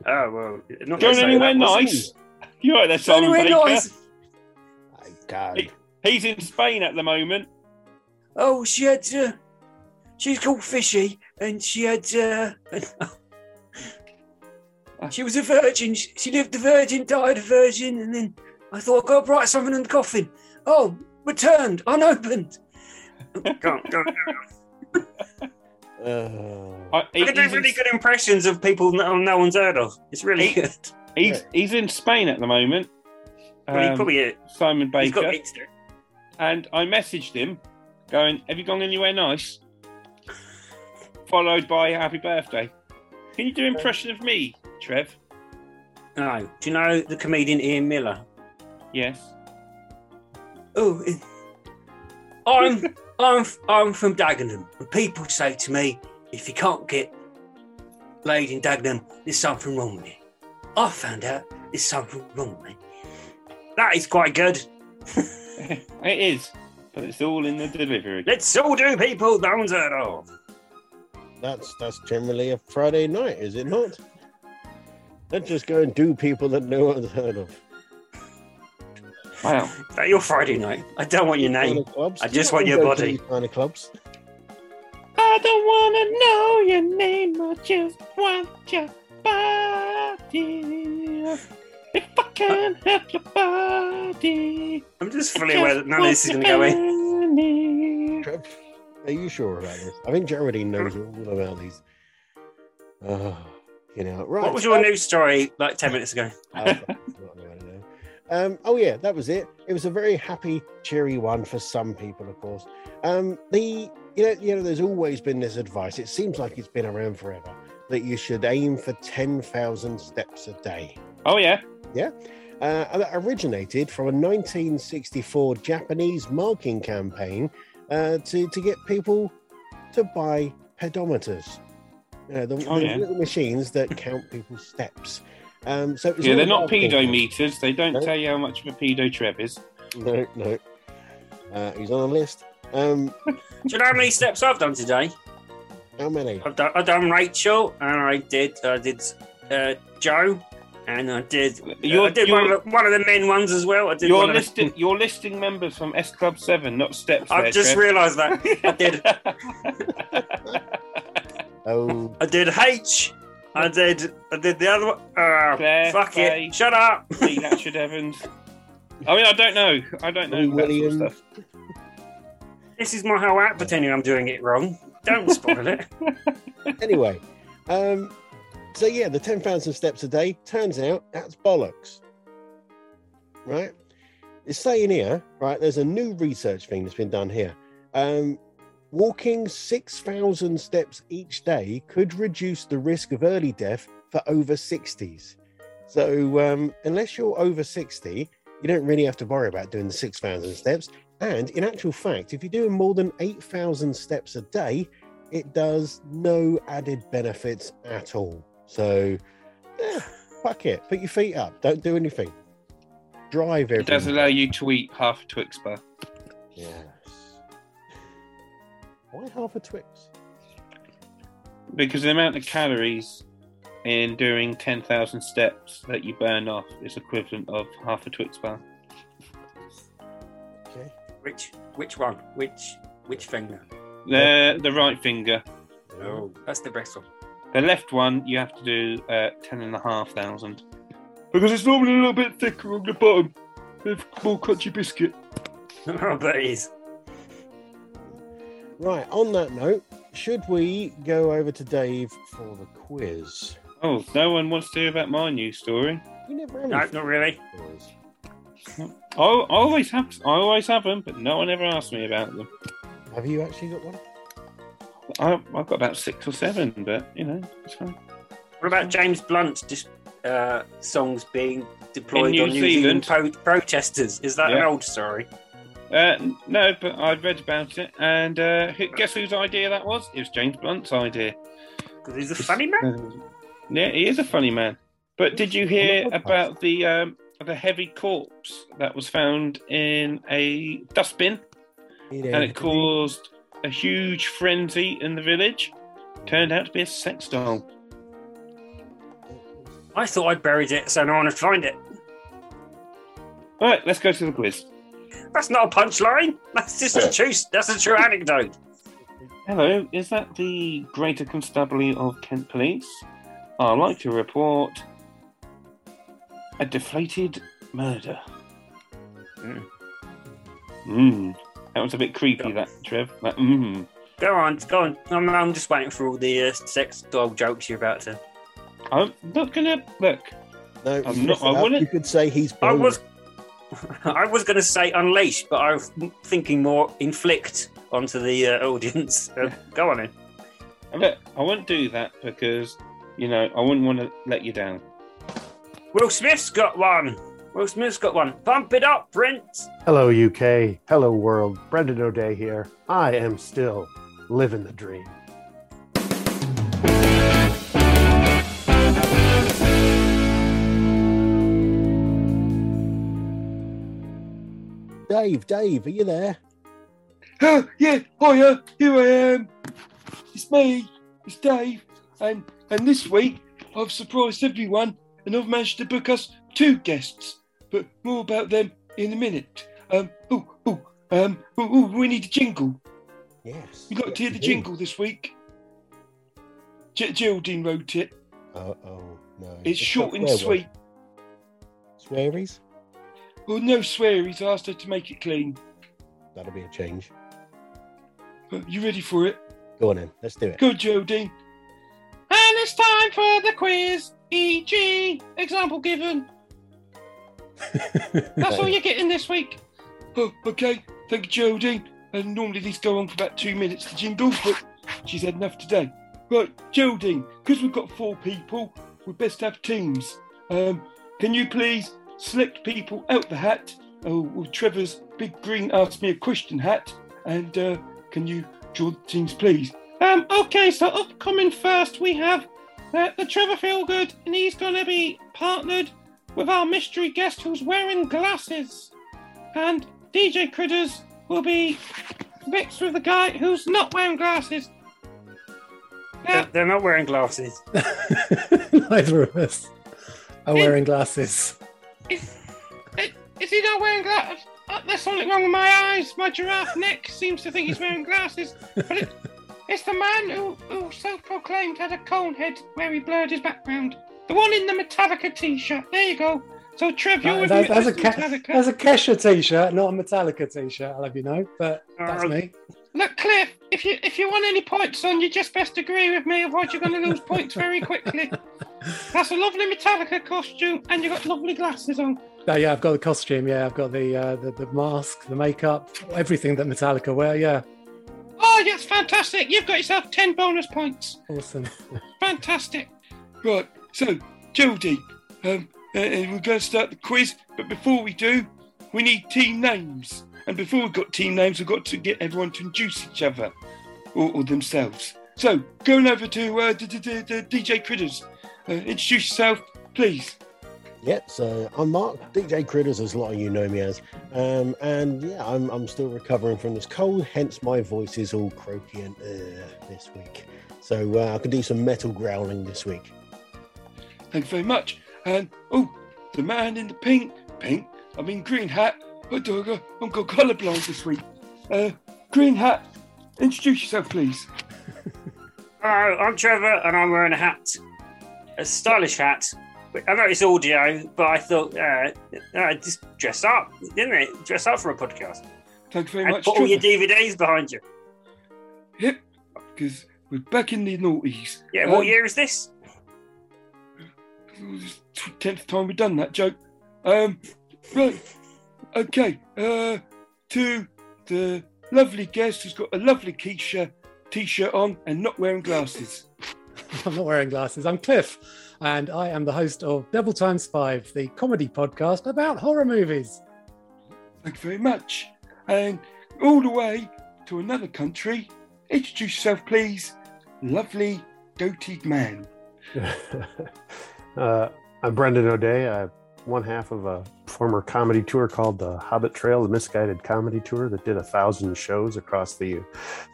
[SPEAKER 4] Oh well,
[SPEAKER 3] Going
[SPEAKER 4] not gonna say
[SPEAKER 3] anywhere
[SPEAKER 4] that, was it?
[SPEAKER 3] nice? You're right there,
[SPEAKER 4] Going
[SPEAKER 3] Simon
[SPEAKER 4] anywhere
[SPEAKER 3] Baker.
[SPEAKER 4] nice?
[SPEAKER 1] I can't.
[SPEAKER 3] Hey. He's in Spain at the moment.
[SPEAKER 4] Oh, she had. Uh, she's called Fishy, and she had. Uh, she was a virgin. She she lived a virgin, died a virgin, and then I thought I've got to write something in the coffin. Oh, returned, unopened. can't, can't.
[SPEAKER 1] Uh,
[SPEAKER 3] I, he-
[SPEAKER 4] I can do
[SPEAKER 3] he's, in,
[SPEAKER 4] really good impressions of people no, no one's heard of. It's really good.
[SPEAKER 3] he's, he's in Spain at the moment.
[SPEAKER 4] well, he
[SPEAKER 3] um,
[SPEAKER 4] probably
[SPEAKER 3] Simon
[SPEAKER 4] he's got
[SPEAKER 3] Baker.
[SPEAKER 4] gigs to do.
[SPEAKER 3] and I messaged him, going, "Have you gone anywhere nice?" Followed by "Happy birthday." Can you do impression of me, Trev?
[SPEAKER 4] No, do you know the comedian Ian Miller?
[SPEAKER 3] Yes.
[SPEAKER 4] Oh, eh, I'm I'm I'm from Dagenham, and people say to me, if you can't get laid in Dagenham, there's something wrong with you. I found out there's something wrong with me. That is quite good.
[SPEAKER 3] it is. But it's all in the delivery.
[SPEAKER 4] Let's all do people no one's heard of.
[SPEAKER 1] That's that's generally a Friday night, is it not? Let's just go and do people that no one's heard of.
[SPEAKER 3] Wow.
[SPEAKER 4] Is that your Friday night? I don't want your
[SPEAKER 1] Kind
[SPEAKER 4] name.
[SPEAKER 1] of clubs.
[SPEAKER 4] I just
[SPEAKER 1] Do you
[SPEAKER 4] want your
[SPEAKER 1] go to
[SPEAKER 4] body.
[SPEAKER 1] these Kind of clubs.
[SPEAKER 3] I don't want to know your name. I just want your body. If I can have your body.
[SPEAKER 4] I'm just fully aware that none of this is gonna go in.
[SPEAKER 3] in.
[SPEAKER 1] Trev, are you sure about this? I think Geraldine knows all about these. Oh, you know, right.
[SPEAKER 4] What was
[SPEAKER 1] so-
[SPEAKER 4] your news story like ten minutes ago?
[SPEAKER 1] I've forgotten about it now. Um, oh yeah, that was it. It was a very happy, cheery one for some people, of course. Um, the you know, you know, there's always been this advice. It seems like it's been around forever that you should aim for ten thousand steps a day.
[SPEAKER 3] Oh, yeah.
[SPEAKER 1] Uh, and that originated from a 1964 Japanese marking campaign uh, to to get people to buy pedometers. You know, the,
[SPEAKER 3] Oh,
[SPEAKER 1] the
[SPEAKER 3] yeah.
[SPEAKER 1] little machines that count people's steps. Um, so it was
[SPEAKER 3] Yeah,
[SPEAKER 1] all
[SPEAKER 3] they're not
[SPEAKER 1] about thinking.
[SPEAKER 3] pedo meters. They don't
[SPEAKER 1] No.
[SPEAKER 3] tell you how much of a pedo Trev is.
[SPEAKER 1] No, no. Uh, he's on a list. Um,
[SPEAKER 4] Do you know how many steps I've done today?
[SPEAKER 1] how many?
[SPEAKER 4] I've done, I've done Rachel, and I did I did uh, Joe, and I did
[SPEAKER 3] You're-
[SPEAKER 4] I did
[SPEAKER 3] you're-
[SPEAKER 4] one, of the, one of the men ones as well. I did
[SPEAKER 3] You're
[SPEAKER 4] one of the-
[SPEAKER 3] listing, you're listing members from S Club 7, not Steps.
[SPEAKER 4] I've
[SPEAKER 3] there,
[SPEAKER 4] just
[SPEAKER 3] Trev.
[SPEAKER 4] realised that I did
[SPEAKER 1] Oh,
[SPEAKER 4] I did H, I did I did the other one. Uh,
[SPEAKER 3] Claire,
[SPEAKER 4] fuck
[SPEAKER 3] Faye.
[SPEAKER 4] it, shut up.
[SPEAKER 3] Lee Hatchard Evans. I mean, I don't know. I don't know.
[SPEAKER 1] Lee
[SPEAKER 3] about that sort of
[SPEAKER 1] Williams.
[SPEAKER 3] stuff.
[SPEAKER 4] This is my whole app pretending I'm doing it wrong. Don't spoil it.
[SPEAKER 1] anyway. Um, so yeah, the ten thousand steps a day. Turns out that's bollocks, right? It's saying here, right? There's a new research thing that's been done here. Um, walking six thousand steps each day could reduce the risk of early death for over sixties. So um, unless you're over sixty, you don't really have to worry about doing the six thousand steps. And in actual fact, if you're doing more than eight thousand steps a day, it does no added benefits at all. So, yeah, fuck it. Put your feet up. Don't do anything. Drive
[SPEAKER 3] It does
[SPEAKER 1] everything.
[SPEAKER 3] allow you to eat half a Twix bar.
[SPEAKER 1] Yes. Why half a Twix?
[SPEAKER 3] Because the amount of calories in doing 10,000 steps that you burn off is equivalent of half a Twix bar.
[SPEAKER 1] Okay.
[SPEAKER 4] Which which one? Which which finger?
[SPEAKER 3] The, the right finger.
[SPEAKER 4] Oh, that's the best one.
[SPEAKER 3] The left one, you have to do uh, 10,500. Because it's normally a little bit thicker on the bottom. It's more crunchy biscuit.
[SPEAKER 4] I bet it is.
[SPEAKER 1] Right. On that note, should we go over to Dave for the quiz?
[SPEAKER 3] Oh, no one wants to hear about my news story.
[SPEAKER 1] We never had
[SPEAKER 4] No,
[SPEAKER 1] any
[SPEAKER 4] not really.
[SPEAKER 1] quiz.
[SPEAKER 3] I, I always have, I always have them, but no one ever asks me about them.
[SPEAKER 1] Have you actually got one?
[SPEAKER 3] I, I've got about six or seven, but you know, it's fine.
[SPEAKER 4] What about James Blunt's just uh, songs being deployed
[SPEAKER 3] In New
[SPEAKER 4] on New Zealand, pro- protesters? Is that an
[SPEAKER 3] Yeah.
[SPEAKER 4] old story?
[SPEAKER 3] Uh, n- no, but I read about it, and uh, who- guess whose idea that was? It was James Blunt's idea.
[SPEAKER 4] Because he's a funny man.
[SPEAKER 3] Um, yeah, he is a funny man. But did you hear about the um, the heavy corpse that was found in a dustbin, and it caused a huge frenzy in the village? Turned out to be a sex doll.
[SPEAKER 4] I thought I buried it, so no one would find it.
[SPEAKER 3] All right, let's go to the quiz.
[SPEAKER 4] That's not a punchline. That's just a true. That's a true anecdote.
[SPEAKER 3] Hello, is that the Greater Constabulary of Kent Police? I'd like to report a deflated murder.
[SPEAKER 4] Mm.
[SPEAKER 3] Mmm. That was a bit creepy, that, Trev. That, mmm.
[SPEAKER 4] Go on, go on. I'm, I'm just waiting for all the uh, sex dog jokes you're about to.
[SPEAKER 3] I'm not gonna. Look.
[SPEAKER 1] No,
[SPEAKER 3] I'm
[SPEAKER 1] you
[SPEAKER 3] not-
[SPEAKER 1] messed it
[SPEAKER 3] I
[SPEAKER 1] up.
[SPEAKER 3] wouldn't-
[SPEAKER 1] You could say he's.
[SPEAKER 4] I
[SPEAKER 1] blown
[SPEAKER 4] was, I was going to say unleash, but I was thinking more inflict onto the uh, audience. Uh, go on in.
[SPEAKER 3] Look, I wouldn't do that because, you know, I wouldn't want to let you down.
[SPEAKER 4] Will Smith's got one. Will Smith's got one. Pump it up, Prince.
[SPEAKER 6] Hello, UK. Hello, world. Brendan O'Day here. I am still living the dream.
[SPEAKER 1] Dave, Dave, are you there?
[SPEAKER 3] Oh, yeah, hiya, here I am. It's me, it's Dave, and and this week I've surprised everyone, and I've managed to book us two guests, but more about them in a minute. Um, oh, oh, um, ooh, ooh, we need a jingle.
[SPEAKER 1] Yes.
[SPEAKER 3] We'd like to hear the jingle this week. Ge- Geraldine wrote it.
[SPEAKER 1] Uh oh, no.
[SPEAKER 3] It's short and sweet.
[SPEAKER 1] Swearies?
[SPEAKER 3] Well, no swearies. I asked her to make it clean.
[SPEAKER 1] That'll be a change.
[SPEAKER 3] Uh, You ready for it?
[SPEAKER 1] Go on in. Let's do it.
[SPEAKER 3] Go, Geraldine. And it's time for the quiz. E.g., example given. That's all you're getting this week. Oh, okay. Thank you, Geraldine. And normally these go on for about two minutes, the jingles, but she's had enough today. Right, Geraldine, because we've got four people, we best have teams. Um, can you please select people out the hat? Oh, well, Trevor's big green asked me a question hat. And uh, can you draw the teams, please? Um, okay, so upcoming first, we have uh, the Trevor Feelgood, and he's going to be partnered with our mystery guest who's wearing glasses. And DJ Critters will be mixed with the guy who's not wearing glasses.
[SPEAKER 4] They're, they're not wearing glasses.
[SPEAKER 6] Neither of us are wearing glasses.
[SPEAKER 3] Eh, Is he not wearing glasses? Uh, there's something wrong with my eyes. My giraffe neck seems to think he's wearing glasses. But it, it's the man who, who self proclaimed had a cone head where he blurred his background. The one in the Metallica t shirt. There you go. So, Trev, you're
[SPEAKER 6] That-
[SPEAKER 3] with
[SPEAKER 6] Uh, that-
[SPEAKER 3] me.
[SPEAKER 6] That's a
[SPEAKER 3] Mr.
[SPEAKER 6] Ke-
[SPEAKER 3] Metallica.
[SPEAKER 6] that's a Kesha t-shirt, not a Metallica t-shirt. I'll have you know, but that's
[SPEAKER 4] Uh,
[SPEAKER 6] me.
[SPEAKER 3] Look, Cliff, if you if you want any points, son, you just best agree with me, otherwise you're going to lose points very quickly. That's a lovely Metallica costume, and you've got lovely glasses on.
[SPEAKER 6] No, Uh, yeah, I've got the costume. Yeah, I've got the uh, the, the mask, the makeup, everything that Metallica wear. Yeah,
[SPEAKER 3] Oh, yes, fantastic! You've got yourself ten bonus points.
[SPEAKER 6] awesome.
[SPEAKER 3] Fantastic. Right, so, Jodie, um, uh, uh, we're going to start the quiz, but before we do, we need team names. And before we've got team names, we've got to get everyone to introduce each other or, or themselves. So, going over to uh, d- d- d- d- DJ Critters, uh, introduce yourself, please.
[SPEAKER 1] Yep, so I'm Mark, DJ Critters, as a lot of you know me as. Um, and yeah, I'm, I'm still recovering from this cold, hence my voice is all croaky and uh, this week. So uh, I can do some metal growling this week.
[SPEAKER 3] Thank you very much. And oh, the man in the pink, pink, I mean green hat. Oh, do I go, I'm going colourblind this week. Uh, green hat, introduce yourself, please.
[SPEAKER 4] Hello, I'm Trevor, and I'm wearing a hat, a stylish hat. I know it's audio, but I thought, uh, uh, just dress up, didn't it? Dress up for a podcast.
[SPEAKER 3] Thank you very
[SPEAKER 4] And
[SPEAKER 3] much.
[SPEAKER 4] put all your DVDs behind you.
[SPEAKER 3] Because we're back in the noughties.
[SPEAKER 4] Yeah, what
[SPEAKER 3] Um,
[SPEAKER 4] year is this?
[SPEAKER 3] This is the tenth time we've done that joke. Um, right, okay. Uh, to the lovely guest who's got a lovely Keisha t-shirt on and not wearing glasses.
[SPEAKER 6] I'm not wearing glasses. I'm Cliff, and I am the host of Devil Times Five, the comedy podcast about horror movies.
[SPEAKER 3] Thank you very much. And all the way to another country, introduce yourself, please. Lovely goateed man.
[SPEAKER 6] uh,
[SPEAKER 7] I'm Brendan O'Day. I'm one half of a former comedy tour called the Hobbit Trail, the misguided comedy tour that did a thousand shows across the,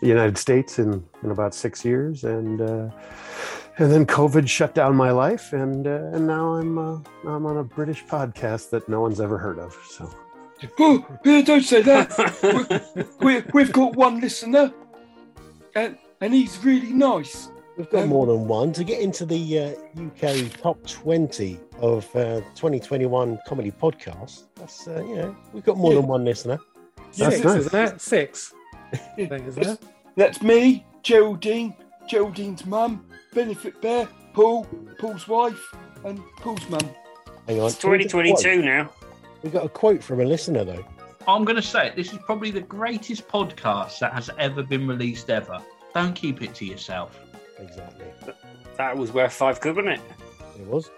[SPEAKER 7] the United States in, in about six years, and uh, and then COVID shut down my life, and uh, and now I'm uh, I'm on a British podcast that no one's ever heard of. So
[SPEAKER 3] Oh, yeah, don't say that. we, we've got one listener, and, and he's really nice.
[SPEAKER 1] We've got
[SPEAKER 3] Um,
[SPEAKER 1] more than one to get into the uh, UK top 20 of uh, 2021 comedy podcasts. That's, uh, you know, we've got more than one listener.
[SPEAKER 7] That's
[SPEAKER 6] six,
[SPEAKER 7] nice.
[SPEAKER 6] isn't it? Six. I think, isn't it?
[SPEAKER 3] That's me, Geraldine, Geraldine's mum, Benefit Bear, Paul, Paul's wife, and Paul's mum.
[SPEAKER 1] Hang on.
[SPEAKER 4] It's
[SPEAKER 1] can we get a quote?
[SPEAKER 4] 2022 now.
[SPEAKER 1] We got a quote from a listener, though.
[SPEAKER 8] I'm going to say it. This is probably the greatest podcast that has ever been released ever. Don't keep it to yourself.
[SPEAKER 1] Exactly.
[SPEAKER 4] That was worth five quid, wasn't it?
[SPEAKER 1] It was.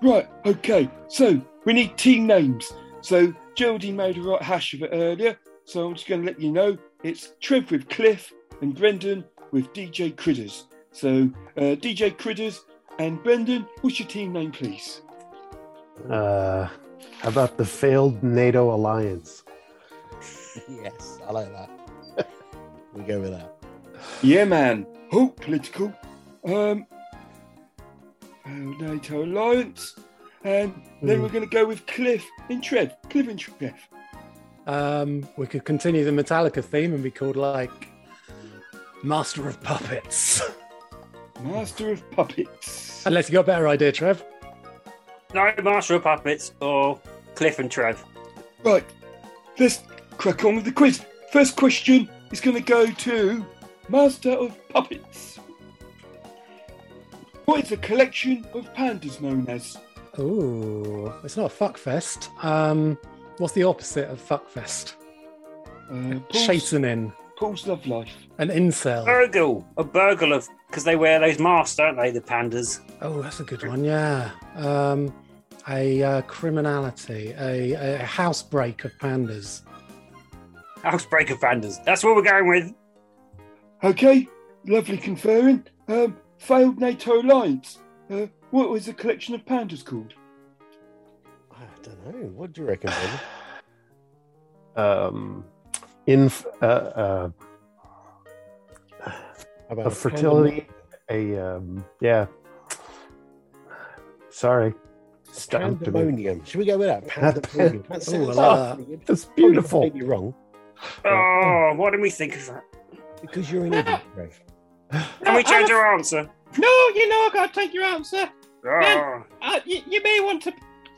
[SPEAKER 3] Right, okay, so we need team names. So Geraldine made a right hash of it earlier, so I'm just going to let you know it's Trev with Cliff and Brendan with DJ Critters. So uh, DJ Critters and Brendan, what's your team name, please?
[SPEAKER 7] Uh, how about the failed NATO alliance?
[SPEAKER 9] yes, I like that. we go with that.
[SPEAKER 3] Yeah, man. Oh, political. Um, oh, NATO alliance, and then
[SPEAKER 6] Hmm.
[SPEAKER 3] we're going to go with Cliff and Trev. Cliff and Trev.
[SPEAKER 6] Um, we could continue the Metallica theme and be called like Master of Puppets.
[SPEAKER 3] Master of Puppets.
[SPEAKER 6] Unless you got a better idea, Trev.
[SPEAKER 4] No, Master of Puppets or Cliff and Trev.
[SPEAKER 3] Right, let's crack on with the quiz. First question is going to go to Master of Puppets. What is a collection of pandas known as?
[SPEAKER 6] Ooh, it's not a fuckfest. Um, what's the opposite of fuckfest?
[SPEAKER 3] Uh,
[SPEAKER 6] Chastening,
[SPEAKER 3] Paul's Love Life.
[SPEAKER 6] an
[SPEAKER 3] Oh.
[SPEAKER 6] incel.
[SPEAKER 4] Burgle, a burgle of because they wear those masks, don't they? The pandas.
[SPEAKER 6] Oh, that's a good one. Yeah. Um, a uh, criminality, a, a housebreak of pandas.
[SPEAKER 4] Housebreaker pandas. That's what we're going with.
[SPEAKER 3] Okay, lovely conferring. Um, failed NATO alliance. Uh, what was the collection of pandas called?
[SPEAKER 9] I don't know. What do you reckon? Ben?
[SPEAKER 7] Um, in uh, uh,
[SPEAKER 9] How about
[SPEAKER 7] a fertility, a um, yeah. Sorry, stumped me.
[SPEAKER 9] pandemonium? Should we go with that? Pandemonium. That
[SPEAKER 6] Ooh, I
[SPEAKER 9] sounds
[SPEAKER 6] like that.
[SPEAKER 7] That's
[SPEAKER 9] Don't
[SPEAKER 7] beautiful.
[SPEAKER 9] get me wrong,
[SPEAKER 4] Oh, why didn't we think of that?
[SPEAKER 9] because you're an idiot, Trev.
[SPEAKER 4] Can we change our answer?
[SPEAKER 3] No, you know I gotta take your answer.
[SPEAKER 4] Oh,
[SPEAKER 3] Uh, you, you may want to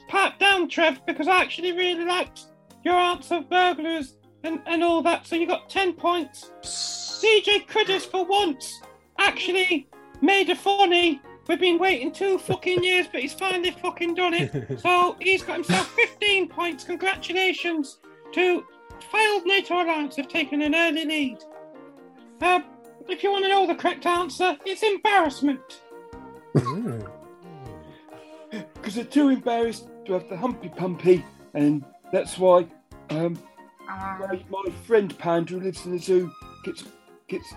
[SPEAKER 3] pat down, Trev, because I actually really liked your answer of burglars and, and all that. So you got ten points. CJ Critters, for once, actually made a funny. We've been waiting two fucking years, but he's finally fucking done it. So he's got himself 15 points. Congratulations to failed NATO alliance have taken an early lead. Um, if you want to know the correct answer, it's embarrassment.
[SPEAKER 6] Ooh.
[SPEAKER 3] Because they're too embarrassed to have the humpy pumpy, and that's why um, my, my friend Panda, who lives in the zoo, gets gets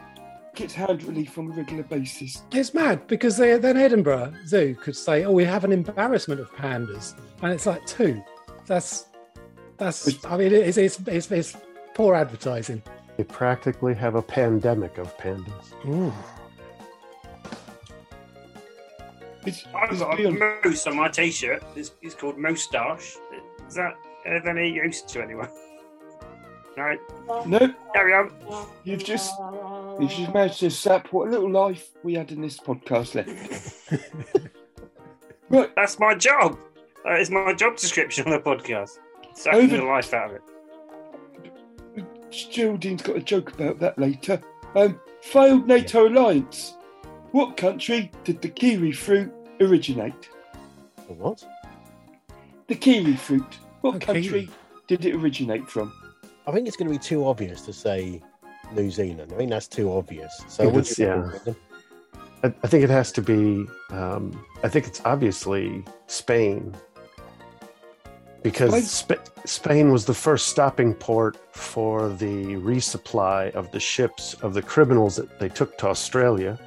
[SPEAKER 3] gets hand relief on a regular basis.
[SPEAKER 6] It's mad because they, then Edinburgh Zoo could say, "Oh, we have an embarrassment of pandas," and it's like two. That's that's. I mean, it's it's it's, it's poor advertising.
[SPEAKER 7] They practically have a pandemic of pandas.
[SPEAKER 3] It's,
[SPEAKER 4] I've
[SPEAKER 3] it's
[SPEAKER 4] got a
[SPEAKER 3] beyond-
[SPEAKER 4] moose on my t-shirt. It's, it's called Moustache. Is that of any use to anyone? No,
[SPEAKER 3] no,
[SPEAKER 4] carry on.
[SPEAKER 3] you've just you've just managed to sap what little life we had in this podcast left. right,
[SPEAKER 4] That's my job. That is my job description on the podcast. Sucking
[SPEAKER 3] Over-
[SPEAKER 4] the life out of it.
[SPEAKER 3] Geraldine's got a joke about that later. Um, failed NATO alliance. What country did the kiwi fruit originate?
[SPEAKER 9] A What?
[SPEAKER 3] The kiwi fruit. What
[SPEAKER 6] A kiwi.
[SPEAKER 3] country did it originate from?
[SPEAKER 9] I think it's going to be too obvious to say New Zealand. I think that's too obvious. So,
[SPEAKER 7] It
[SPEAKER 9] what
[SPEAKER 7] is,
[SPEAKER 9] do you
[SPEAKER 7] yeah.
[SPEAKER 9] reckon, Brendan?
[SPEAKER 7] I, I think it has to be. Um, I think it's obviously Spain because Sp- Spain was the first stopping port for the resupply of the ships of the criminals that they took to Australia.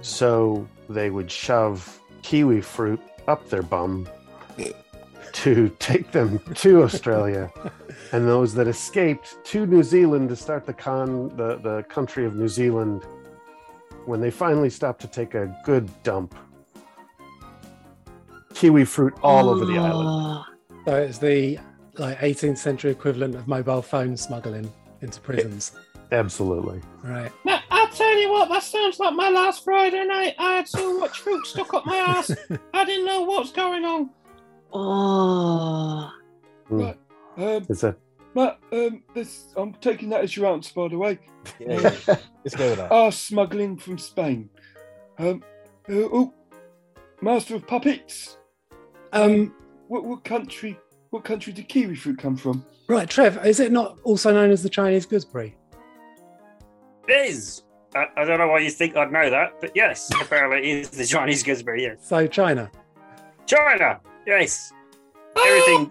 [SPEAKER 7] So they would shove kiwi fruit up their bum to take them to Australia. And those that escaped to New Zealand to start the con the, the country of New Zealand when they finally stopped to take a good dump. Kiwi fruit all over the island.
[SPEAKER 6] So Uh, it's the like 18th century equivalent of mobile phone smuggling into prisons.
[SPEAKER 7] Absolutely.
[SPEAKER 6] Right.
[SPEAKER 3] Now, I tell you what, that sounds like my last Friday night. I had so much fruit stuck up my ass. I didn't know what's going on.
[SPEAKER 7] Hmm.
[SPEAKER 3] Right. Um,
[SPEAKER 7] Is that
[SPEAKER 3] Matt, um, this, I'm taking that as your answer, by the way.
[SPEAKER 9] Yeah, yeah. Let's go with that.
[SPEAKER 3] Are smuggling from Spain. Um, uh, oh, Master of Puppets.
[SPEAKER 6] Um.
[SPEAKER 3] What, what country? What country did kiwi fruit come from?
[SPEAKER 6] Right, Trev. Is it not also known as the Chinese gooseberry?
[SPEAKER 4] It is. I, I don't know why you think I'd know that, but yes, apparently it is the Chinese gooseberry. Yes.
[SPEAKER 6] So China.
[SPEAKER 4] China. Yes.
[SPEAKER 10] Ah!
[SPEAKER 3] Oh,
[SPEAKER 4] Everything.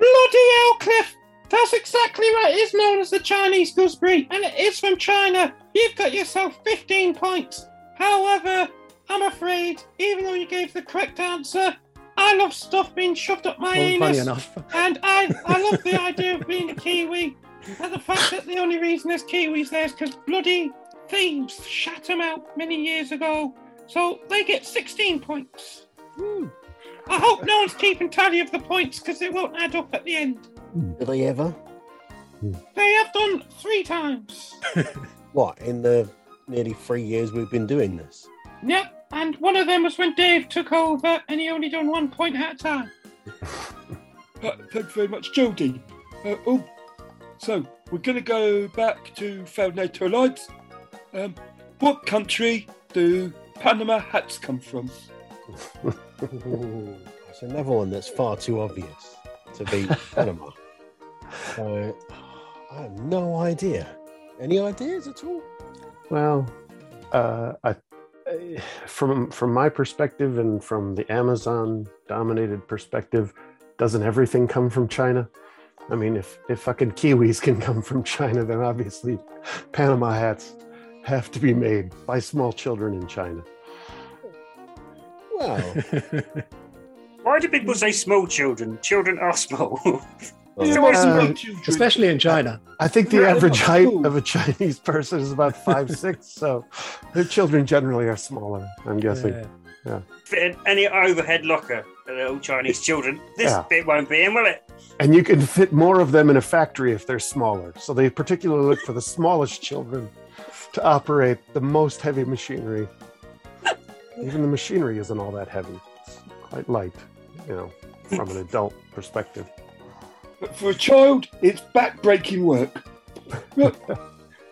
[SPEAKER 3] Bloody hell, Cliff! That's exactly right. It's known as the Chinese gooseberry, and it is from China. You've got yourself 15 points. However, I'm afraid, even though you gave the correct answer, I love stuff being shoved up my
[SPEAKER 6] Well,
[SPEAKER 3] anus.
[SPEAKER 6] funny enough,
[SPEAKER 3] And I, I love the idea of being a Kiwi. And the fact that the only reason there's Kiwis there is because bloody thieves shat them out many years ago. So they get 16 points. I hope no one's keeping tally of the points because it won't add up at the end.
[SPEAKER 9] Did they ever?
[SPEAKER 3] They have done three times.
[SPEAKER 9] What in the nearly three years we've been doing this?
[SPEAKER 3] Yep. And one of them was when Dave took over and he only done one point at a time.
[SPEAKER 10] But Uh, thank you very much, Jody. Uh, oh, so we're going to go back to failed NATO alliance. Um, what country do Panama hats come from?
[SPEAKER 9] It's another one that's far too obvious to be Panama. So I have no idea. Any ideas at all?
[SPEAKER 7] Well, uh, I, from from my perspective and from the Amazon dominated perspective, doesn't everything come from China? I mean, if if fucking kiwis can come from China, then obviously Panama hats have to be made by small children in China.
[SPEAKER 9] Well,
[SPEAKER 4] Why do people say small children? Children are small.
[SPEAKER 7] Yeah,
[SPEAKER 4] Always
[SPEAKER 7] uh,
[SPEAKER 4] small
[SPEAKER 6] Oh. especially in China.
[SPEAKER 7] I think the
[SPEAKER 4] Right,
[SPEAKER 7] average
[SPEAKER 4] oh,
[SPEAKER 7] height
[SPEAKER 4] cool.
[SPEAKER 7] of a Chinese person is about five six, so their children generally are smaller. I'm guessing.
[SPEAKER 6] Yeah.
[SPEAKER 4] Fit in any overhead locker, the little Chinese children. This
[SPEAKER 7] Yeah.
[SPEAKER 4] bit won't be in, will it?
[SPEAKER 7] And you can fit more of them in a factory if they're smaller. So they particularly look for the smallest children to operate the most heavy machinery. Even the machinery isn't all that heavy. It's quite light, you know, from an adult perspective.
[SPEAKER 10] But for a child, it's backbreaking work. Look,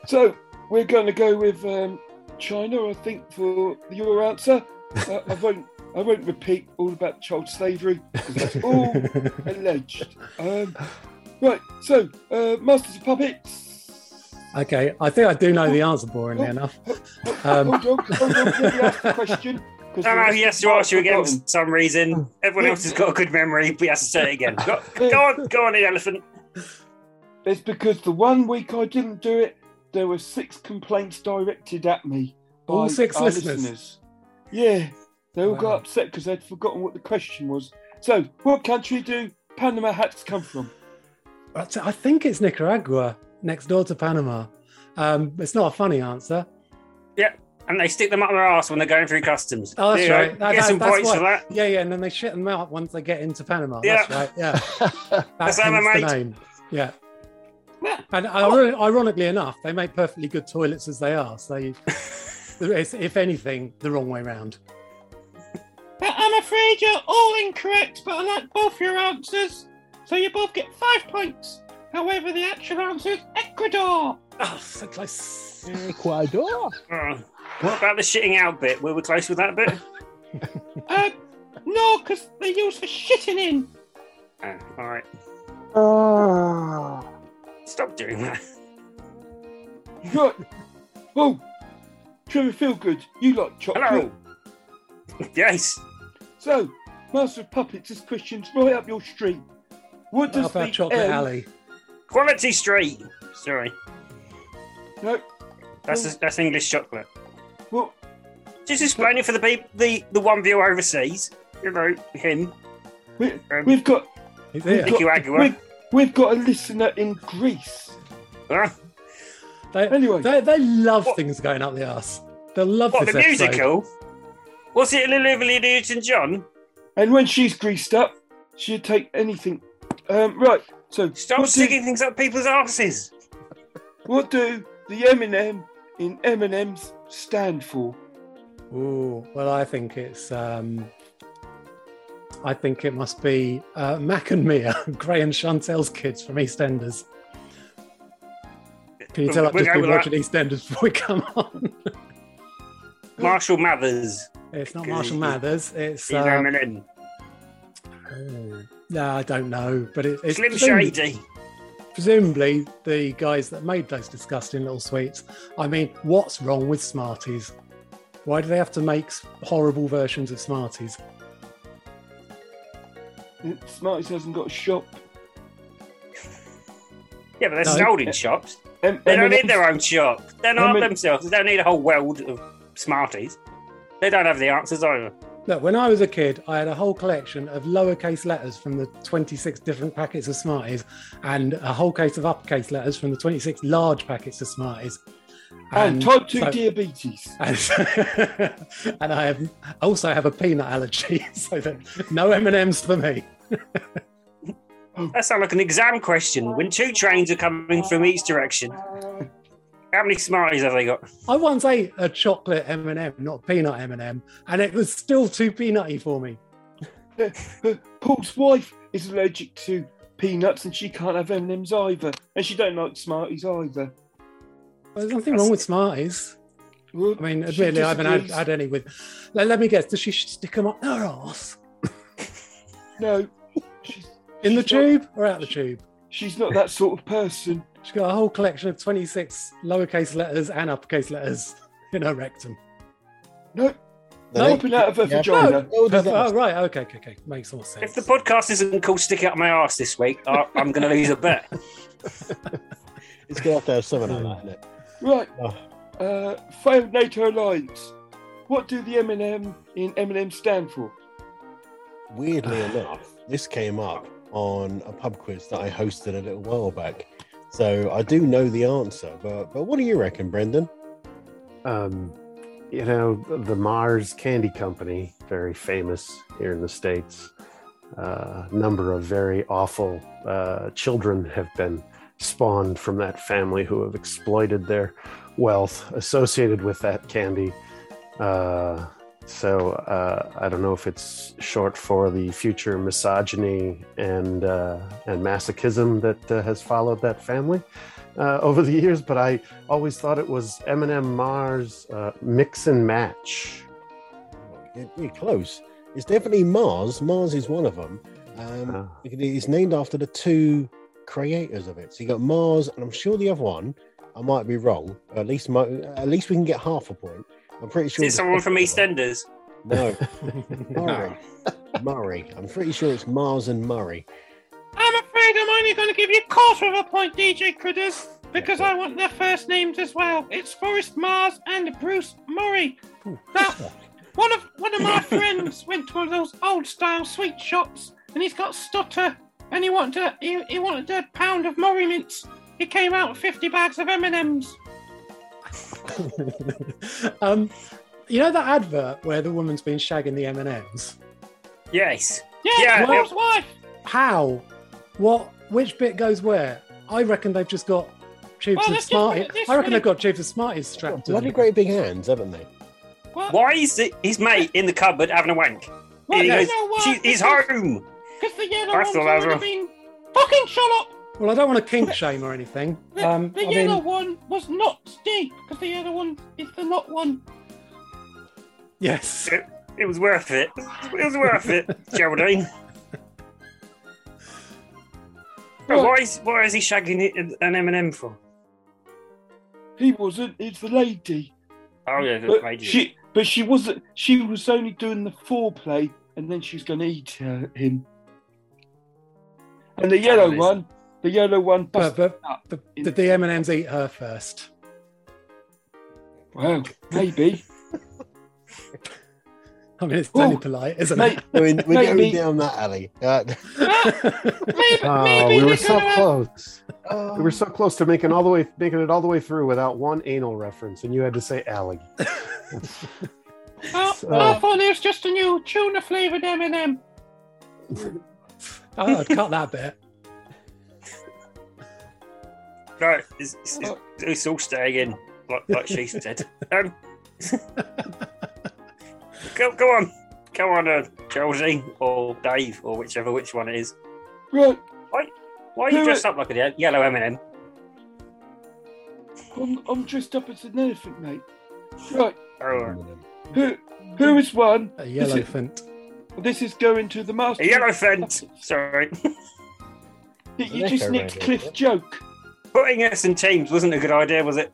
[SPEAKER 10] so we're going to go with um, China, I think, for your answer. Uh, I won't. I won't repeat all about child slavery 'cause that's all alleged. Um, right. So, uh, Masters of Puppets.
[SPEAKER 6] Okay, I think I do know the answer, boringly enough. Um,
[SPEAKER 10] Hold on. Hold on. Let me ask the question. 'cause
[SPEAKER 4] No, no,
[SPEAKER 10] the
[SPEAKER 4] he has to ask Ah,
[SPEAKER 10] rest
[SPEAKER 4] you
[SPEAKER 10] of the
[SPEAKER 4] again
[SPEAKER 10] bottom-
[SPEAKER 4] for some reason. Everyone else has got a good memory, but he has to say it again. Go, go on, go on, the elephant.
[SPEAKER 10] It's because the one week I didn't do it, there were six complaints directed at me. By
[SPEAKER 6] All six
[SPEAKER 10] our
[SPEAKER 6] listeners?
[SPEAKER 10] Yeah, they all
[SPEAKER 6] Wow.
[SPEAKER 10] got upset because they'd forgotten what the question was. So, what country do Panama hats come from?
[SPEAKER 6] That's- I think it's Nicaragua, next door to Panama. Um, it's not a funny answer.
[SPEAKER 4] And they stick them up their ass when they're going through customs.
[SPEAKER 6] Oh, that's
[SPEAKER 4] There you
[SPEAKER 6] right.
[SPEAKER 4] go.
[SPEAKER 6] That-
[SPEAKER 4] Get
[SPEAKER 6] that-
[SPEAKER 4] some
[SPEAKER 6] that's
[SPEAKER 4] points
[SPEAKER 6] why.
[SPEAKER 4] for that.
[SPEAKER 6] Yeah, yeah, and then they shit them out once they get into Panama. That's
[SPEAKER 4] Yeah.
[SPEAKER 6] right. Yeah,
[SPEAKER 4] That's
[SPEAKER 6] that's
[SPEAKER 4] how they
[SPEAKER 6] the
[SPEAKER 4] make-
[SPEAKER 6] name. Yeah. And iron- ironically enough, they make perfectly good toilets as they are. So, you- it's, if anything, the wrong way round.
[SPEAKER 3] But I'm afraid you're all incorrect, but I like both your answers. So you both get five points. However, the actual answer is Ecuador.
[SPEAKER 6] Oh, so close.
[SPEAKER 9] Ecuador.
[SPEAKER 4] Oh. What about the shitting out bit? Were we close with that bit?
[SPEAKER 3] Um, no, because they use for shitting in.
[SPEAKER 4] Oh, all right. Stop doing that.
[SPEAKER 10] Right. oh, Trevor Feelgood, you like chocolate.
[SPEAKER 4] Hello. Yes.
[SPEAKER 10] So, Master of Puppets, this question's right up your street. What
[SPEAKER 6] How
[SPEAKER 10] does
[SPEAKER 6] about
[SPEAKER 10] the
[SPEAKER 6] Chocolate
[SPEAKER 10] M-
[SPEAKER 6] Alley?
[SPEAKER 4] Quality Street. Sorry.
[SPEAKER 10] No,
[SPEAKER 4] That's that's English chocolate.
[SPEAKER 10] what?
[SPEAKER 4] Just explain it for the people, the, the one viewer overseas. You know, him.
[SPEAKER 10] We,
[SPEAKER 4] Um,
[SPEAKER 10] we've got
[SPEAKER 6] It's
[SPEAKER 10] we've
[SPEAKER 6] here.
[SPEAKER 4] Nicky
[SPEAKER 10] got,
[SPEAKER 4] Wagua.
[SPEAKER 10] we've, we've got a listener in Greece.
[SPEAKER 4] Huh?
[SPEAKER 6] They,
[SPEAKER 10] Anyway.
[SPEAKER 6] they, they love
[SPEAKER 4] What-
[SPEAKER 6] things going up the arse. They love
[SPEAKER 4] What,
[SPEAKER 6] this
[SPEAKER 4] the
[SPEAKER 6] episode.
[SPEAKER 4] musical? Was it Lily Newton John?
[SPEAKER 10] And when she's greased up, she'd take anything. Um, right, so
[SPEAKER 4] Stop
[SPEAKER 10] what do,
[SPEAKER 4] sticking things up people's asses.
[SPEAKER 10] what do the M&M in M&M's stand for?
[SPEAKER 6] Ooh, well, I think it's. Um, I think it must be uh, Mac and Mia, Gray and Chantel's kids from EastEnders. Can you tell I've
[SPEAKER 4] We'll
[SPEAKER 6] just
[SPEAKER 4] go
[SPEAKER 6] been
[SPEAKER 4] with
[SPEAKER 6] watching EastEnders before we come on?
[SPEAKER 4] Marshall Mathers.
[SPEAKER 6] It's not
[SPEAKER 4] Good.
[SPEAKER 6] Marshall Mathers. It's
[SPEAKER 4] He's
[SPEAKER 6] uh,
[SPEAKER 4] M&M.
[SPEAKER 6] oh, no, I don't know, but it, it's
[SPEAKER 4] Slim
[SPEAKER 6] presumably-
[SPEAKER 4] Shady.
[SPEAKER 6] Presumably, the guys that made those disgusting little sweets. I mean, what's wrong with Smarties? Why do they have to make s- horrible versions of Smarties?
[SPEAKER 10] Smarties hasn't got a shop.
[SPEAKER 4] Yeah, but they're
[SPEAKER 10] No.
[SPEAKER 4] sold in shops.
[SPEAKER 10] M-
[SPEAKER 4] they don't
[SPEAKER 10] M&Ms.
[SPEAKER 4] need their own shop. They're not
[SPEAKER 10] M&Ms.
[SPEAKER 4] themselves. They don't need a whole world of Smarties. They don't have the answers either.
[SPEAKER 6] Look, when I was a kid, I had a whole collection of lowercase letters from the 26 different packets of Smarties and a whole case of uppercase letters from the 26 large packets of Smarties.
[SPEAKER 10] Oh, And type 2
[SPEAKER 6] so-
[SPEAKER 10] diabetes.
[SPEAKER 6] And, and I have, also have a peanut allergy, so that no M&Ms for me.
[SPEAKER 4] That sounds like an exam question. When two trains are coming from each direction, how many Smarties have they got?
[SPEAKER 6] I once ate a chocolate M&M, not a peanut M&M, and it was still too peanutty for me.
[SPEAKER 10] Paul's wife is allergic to peanuts and she can't have M&Ms either. And she don't like Smarties either.
[SPEAKER 6] Well, there's nothing wrong with Smarties.
[SPEAKER 10] I
[SPEAKER 6] mean,
[SPEAKER 10] she
[SPEAKER 6] admittedly, I haven't had,
[SPEAKER 10] disagrees.
[SPEAKER 6] had any with. Let, let me guess, does she stick them up her arse?
[SPEAKER 10] No.
[SPEAKER 6] In the tube or out the tube?
[SPEAKER 10] She's not that sort of person.
[SPEAKER 6] She's got a whole collection of 26 lowercase letters and uppercase letters in her rectum.
[SPEAKER 10] No.
[SPEAKER 4] No. Popping out of her vagina.
[SPEAKER 6] No.
[SPEAKER 4] No, there's not.
[SPEAKER 6] Oh, right. Okay, okay, okay. Makes more sense.
[SPEAKER 4] If the podcast isn't called Stick It Up My Arse this week, I- I'm going to lose a bet.
[SPEAKER 1] It's going to have to have something like that, isn't it?
[SPEAKER 10] Right.
[SPEAKER 1] Oh.
[SPEAKER 10] Uh, failed NATO alliance. What do the M&M in M&M stand for?
[SPEAKER 1] Weirdly enough, this came up on a pub quiz that I hosted a little while back. So I do know the answer, but but what do you reckon, Brendan?
[SPEAKER 7] Um, you know, the Mars Candy Company, very famous here in the States. uh, number of very awful uh, children have been spawned from that family who have exploited their wealth associated with that candy. Uh, so uh, I don't know if it's short for the future misogyny and uh, and masochism that uh, has followed that family uh, over the years, but I always thought it was Eminem Mars uh, mix and match.
[SPEAKER 1] You're, you're close. It's definitely Mars. Mars is one of them. Um,
[SPEAKER 10] Ah.
[SPEAKER 1] It's named after the two creators of it. So you got Mars, and I'm sure the other one. I might be wrong. but At least, my, at least we can get half a point. I'm pretty
[SPEAKER 4] Is
[SPEAKER 1] sure.
[SPEAKER 4] it
[SPEAKER 1] the
[SPEAKER 4] someone
[SPEAKER 1] second one-
[SPEAKER 4] from EastEnders?
[SPEAKER 1] No.
[SPEAKER 7] Uh,
[SPEAKER 1] Murray. Murray. I'm pretty sure it's Mars and Murray.
[SPEAKER 3] I'm afraid I'm only going to give you a quarter of a point, DJ Critters, because I want their first names as well. It's Forrest Mars and Bruce Murray. Now, one of one of my friends went to one of those old style sweet shops, and he's got stutter, and he wanted a, he, he wanted a pound of Murray mints. He came out with fifty bags of M and M's.
[SPEAKER 6] um, you know that advert where the woman's been shagging the M&Ms?
[SPEAKER 4] Yes.
[SPEAKER 3] Yeah,
[SPEAKER 6] Yeah,
[SPEAKER 3] yeah Paul's
[SPEAKER 6] yeah.
[SPEAKER 3] wife.
[SPEAKER 6] How? What? Which bit goes where? I reckon they've just got tubes
[SPEAKER 3] Well,
[SPEAKER 6] of
[SPEAKER 3] let's just put
[SPEAKER 6] Smarties.
[SPEAKER 3] it this
[SPEAKER 6] I reckon
[SPEAKER 3] way.
[SPEAKER 6] they've got tubes of Smarties strapped to
[SPEAKER 1] Bloody
[SPEAKER 6] them.
[SPEAKER 1] great big hands, haven't they?
[SPEAKER 4] Why is it, his mate in the cupboard having a wank?
[SPEAKER 3] Well,
[SPEAKER 4] he
[SPEAKER 3] you
[SPEAKER 4] goes,
[SPEAKER 3] know what?
[SPEAKER 4] "She- he's home.
[SPEAKER 3] Because the yellow
[SPEAKER 4] That's
[SPEAKER 3] one's
[SPEAKER 4] the
[SPEAKER 3] already
[SPEAKER 4] level.
[SPEAKER 3] been fucking shut up.
[SPEAKER 6] Well, I don't want to kink shame or anything.
[SPEAKER 3] The,
[SPEAKER 6] Um,
[SPEAKER 3] the
[SPEAKER 6] I
[SPEAKER 3] yellow
[SPEAKER 6] mean,
[SPEAKER 3] one was not steep because the other one is the not one.
[SPEAKER 6] yes.
[SPEAKER 4] It, it was worth it. It was worth it, Geraldine. But why is why is he shagging it- an M and M for?
[SPEAKER 10] He wasn't. It's the lady.
[SPEAKER 4] Oh yeah, the
[SPEAKER 10] But
[SPEAKER 4] lady.
[SPEAKER 10] she, but she wasn't. She was only doing the foreplay, and then she's going to eat uh, him. And the yellow one, the yellow one,
[SPEAKER 6] But,
[SPEAKER 10] busted
[SPEAKER 6] but,
[SPEAKER 10] up.
[SPEAKER 6] but did the M&Ms eat her first?
[SPEAKER 10] Well, maybe.
[SPEAKER 6] I mean, it's
[SPEAKER 10] Ooh,
[SPEAKER 6] only polite, isn't
[SPEAKER 10] mate-
[SPEAKER 6] it?
[SPEAKER 1] We're, we're
[SPEAKER 10] Maybe-
[SPEAKER 1] going down that alley. Uh,
[SPEAKER 7] Oh, we were so close.
[SPEAKER 1] oh.
[SPEAKER 7] We were so close to making all the way making it all the way through without one anal reference, and you had to say alley.
[SPEAKER 3] I, I
[SPEAKER 7] So-
[SPEAKER 3] thought it was just a new tuna flavored M&M.
[SPEAKER 6] Oh, I'd cut that bit.
[SPEAKER 4] No, it's, it's, it's, it's all staying in, like, like she said. Um, go, go on, go on, uh, Geraldine or Dave or whichever which one it is.
[SPEAKER 10] Right.
[SPEAKER 4] Why, why are you
[SPEAKER 10] No,
[SPEAKER 4] dressed up like a ye- yellow M and M?
[SPEAKER 10] I'm, I'm dressed up as an elephant, mate. Right.
[SPEAKER 4] Oh,
[SPEAKER 10] Who, who is one?
[SPEAKER 6] A
[SPEAKER 10] This is,
[SPEAKER 6] yellowfant.
[SPEAKER 10] this is going to the master.
[SPEAKER 4] a yellow fence. Sorry,
[SPEAKER 10] You, you just nicked Cliff's joke.
[SPEAKER 4] putting us in teams wasn't a good idea, was it?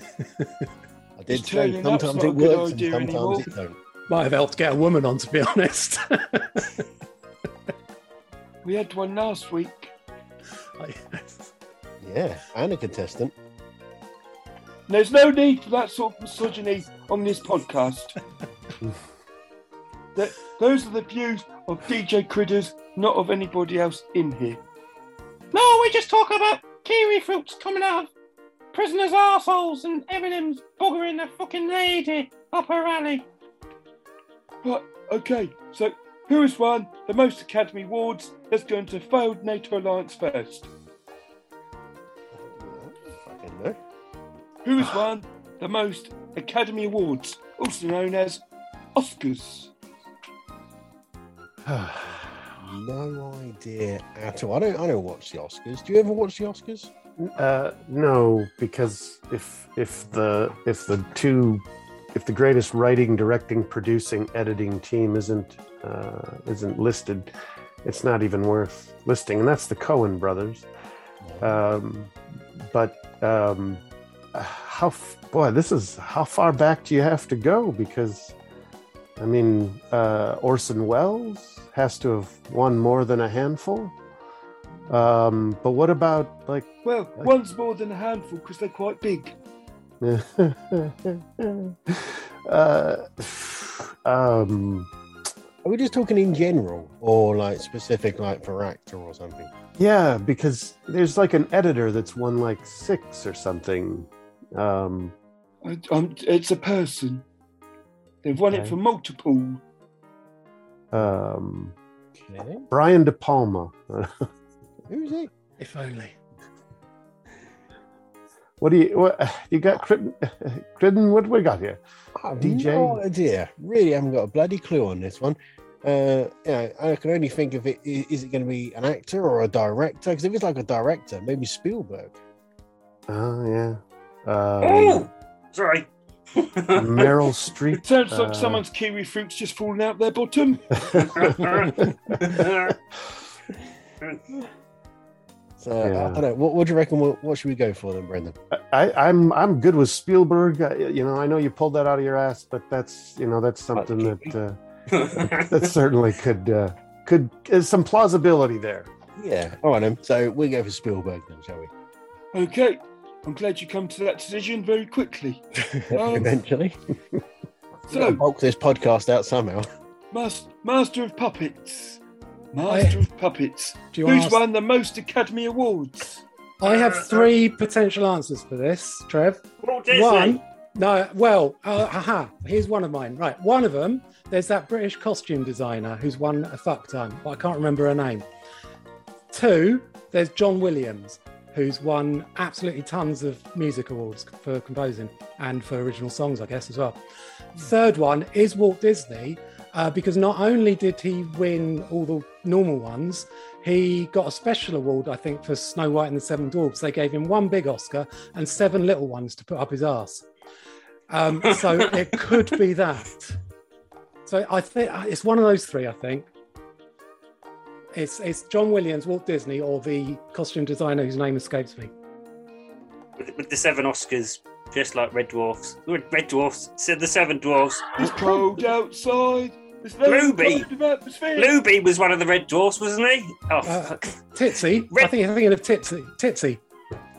[SPEAKER 1] I did
[SPEAKER 10] It's
[SPEAKER 1] say
[SPEAKER 10] turning up,
[SPEAKER 1] sometimes it
[SPEAKER 10] it's not a good
[SPEAKER 1] works and
[SPEAKER 10] idea
[SPEAKER 1] sometimes
[SPEAKER 10] anymore.
[SPEAKER 1] it don't.
[SPEAKER 6] Might have helped get a woman on, to be honest.
[SPEAKER 3] We had one last week.
[SPEAKER 1] Yeah, and a contestant.
[SPEAKER 3] There's no need for that sort of misogyny on this podcast. That- those are the views of DJ Critters, not of anybody else in here.
[SPEAKER 10] No, we just talk about kiwi fruits coming out of prisoners' arseholes and Eminem's buggering a fucking lady up her alley.
[SPEAKER 3] Right, okay, so who has won the most Academy Awards? Let's go into failed NATO alliance first.
[SPEAKER 1] Fucking no.
[SPEAKER 3] Who has won the most Academy Awards, also known as Oscars?
[SPEAKER 1] no idea at all. I don't. I don't watch the Oscars. Do you ever watch the Oscars?
[SPEAKER 7] Uh, no, because if if the if the two if the greatest writing, directing, producing, editing team isn't uh, isn't listed, it's not even worth listing, and that's the Cohen brothers. Um, but um, how f- boy, this is how far back do you have to go? Because I mean, uh, Orson Welles has to have won more than a handful. Um, but what about like
[SPEAKER 3] Well, one's more than a handful because they're quite big.
[SPEAKER 7] uh, um,
[SPEAKER 1] Are we just talking in general, or like specific, like for actor or something?
[SPEAKER 7] yeah, because there's like an editor that's won like six or something. Um,
[SPEAKER 3] I, I'm, it's a person. They've won it
[SPEAKER 7] Okay.
[SPEAKER 3] for multiple.
[SPEAKER 7] um,
[SPEAKER 1] Okay.
[SPEAKER 7] Brian De Palma.
[SPEAKER 1] Who's he?
[SPEAKER 6] If only.
[SPEAKER 7] what do you what you got, Crid- Cridden? What do we got here?
[SPEAKER 1] I've
[SPEAKER 7] DJ?
[SPEAKER 1] no idea. Really, haven't got a bloody clue on this one. Uh, yeah, I can only think of it. i- Is it going to be an actor or a director? Because if it's like a director, maybe Spielberg.
[SPEAKER 7] Oh yeah, um,
[SPEAKER 4] Oh, sorry.
[SPEAKER 7] Meryl Streep.
[SPEAKER 3] It sounds
[SPEAKER 7] uh,
[SPEAKER 3] like someone's kiwi fruit's just falling out their bottom.
[SPEAKER 1] So I- I,
[SPEAKER 7] Yeah.
[SPEAKER 1] don't know. What, what do you reckon? What, what should we go for then, Brendan?
[SPEAKER 7] I, I'm I'm good with Spielberg. I, you know, I know you pulled that out of your ass, but that's you know that's something that uh, that certainly could uh, could is some plausibility there.
[SPEAKER 1] Yeah. All right, then. So we go for Spielberg then, shall we?
[SPEAKER 3] Okay, I'm glad you come to that decision very quickly. Um,
[SPEAKER 1] Eventually.
[SPEAKER 3] so,
[SPEAKER 1] bulk this podcast out somehow.
[SPEAKER 3] mas- Master of Puppets. Master of Puppets.
[SPEAKER 6] Do you
[SPEAKER 3] Who's
[SPEAKER 6] ask-
[SPEAKER 3] won the most Academy Awards?
[SPEAKER 6] I have three potential answers for this, Trev.
[SPEAKER 4] Walt Disney.
[SPEAKER 6] One, no, well, uh, haha, here's one of mine. Right, one of them, there's that British costume designer who's won a fuck ton, but I can't remember her name. Two, there's John Williams, who's won absolutely tons of music awards for composing and for original songs, I guess, as well. Third one is Walt Disney, uh, because not only did he win all the normal ones, he got a special award, I think, for Snow White and the Seven Dwarfs. They gave him one big Oscar and seven little ones to put up his arse. Um, so it could be that. So I think uh, it's one of those three. I think it's it's John Williams, Walt Disney, or the costume designer whose name escapes me.
[SPEAKER 4] with, with the seven Oscars, just like Red Dwarfs. Red Dwarfs, so the seven dwarfs.
[SPEAKER 3] It's cold outside. There's no
[SPEAKER 4] Ruby.
[SPEAKER 3] kind of atmosphere.
[SPEAKER 4] Luby was one of the Red Dwarfs, wasn't he? Oh,
[SPEAKER 6] Uh,
[SPEAKER 4] fuck.
[SPEAKER 6] Titsy, I think you're thinking of Titsy. Titsy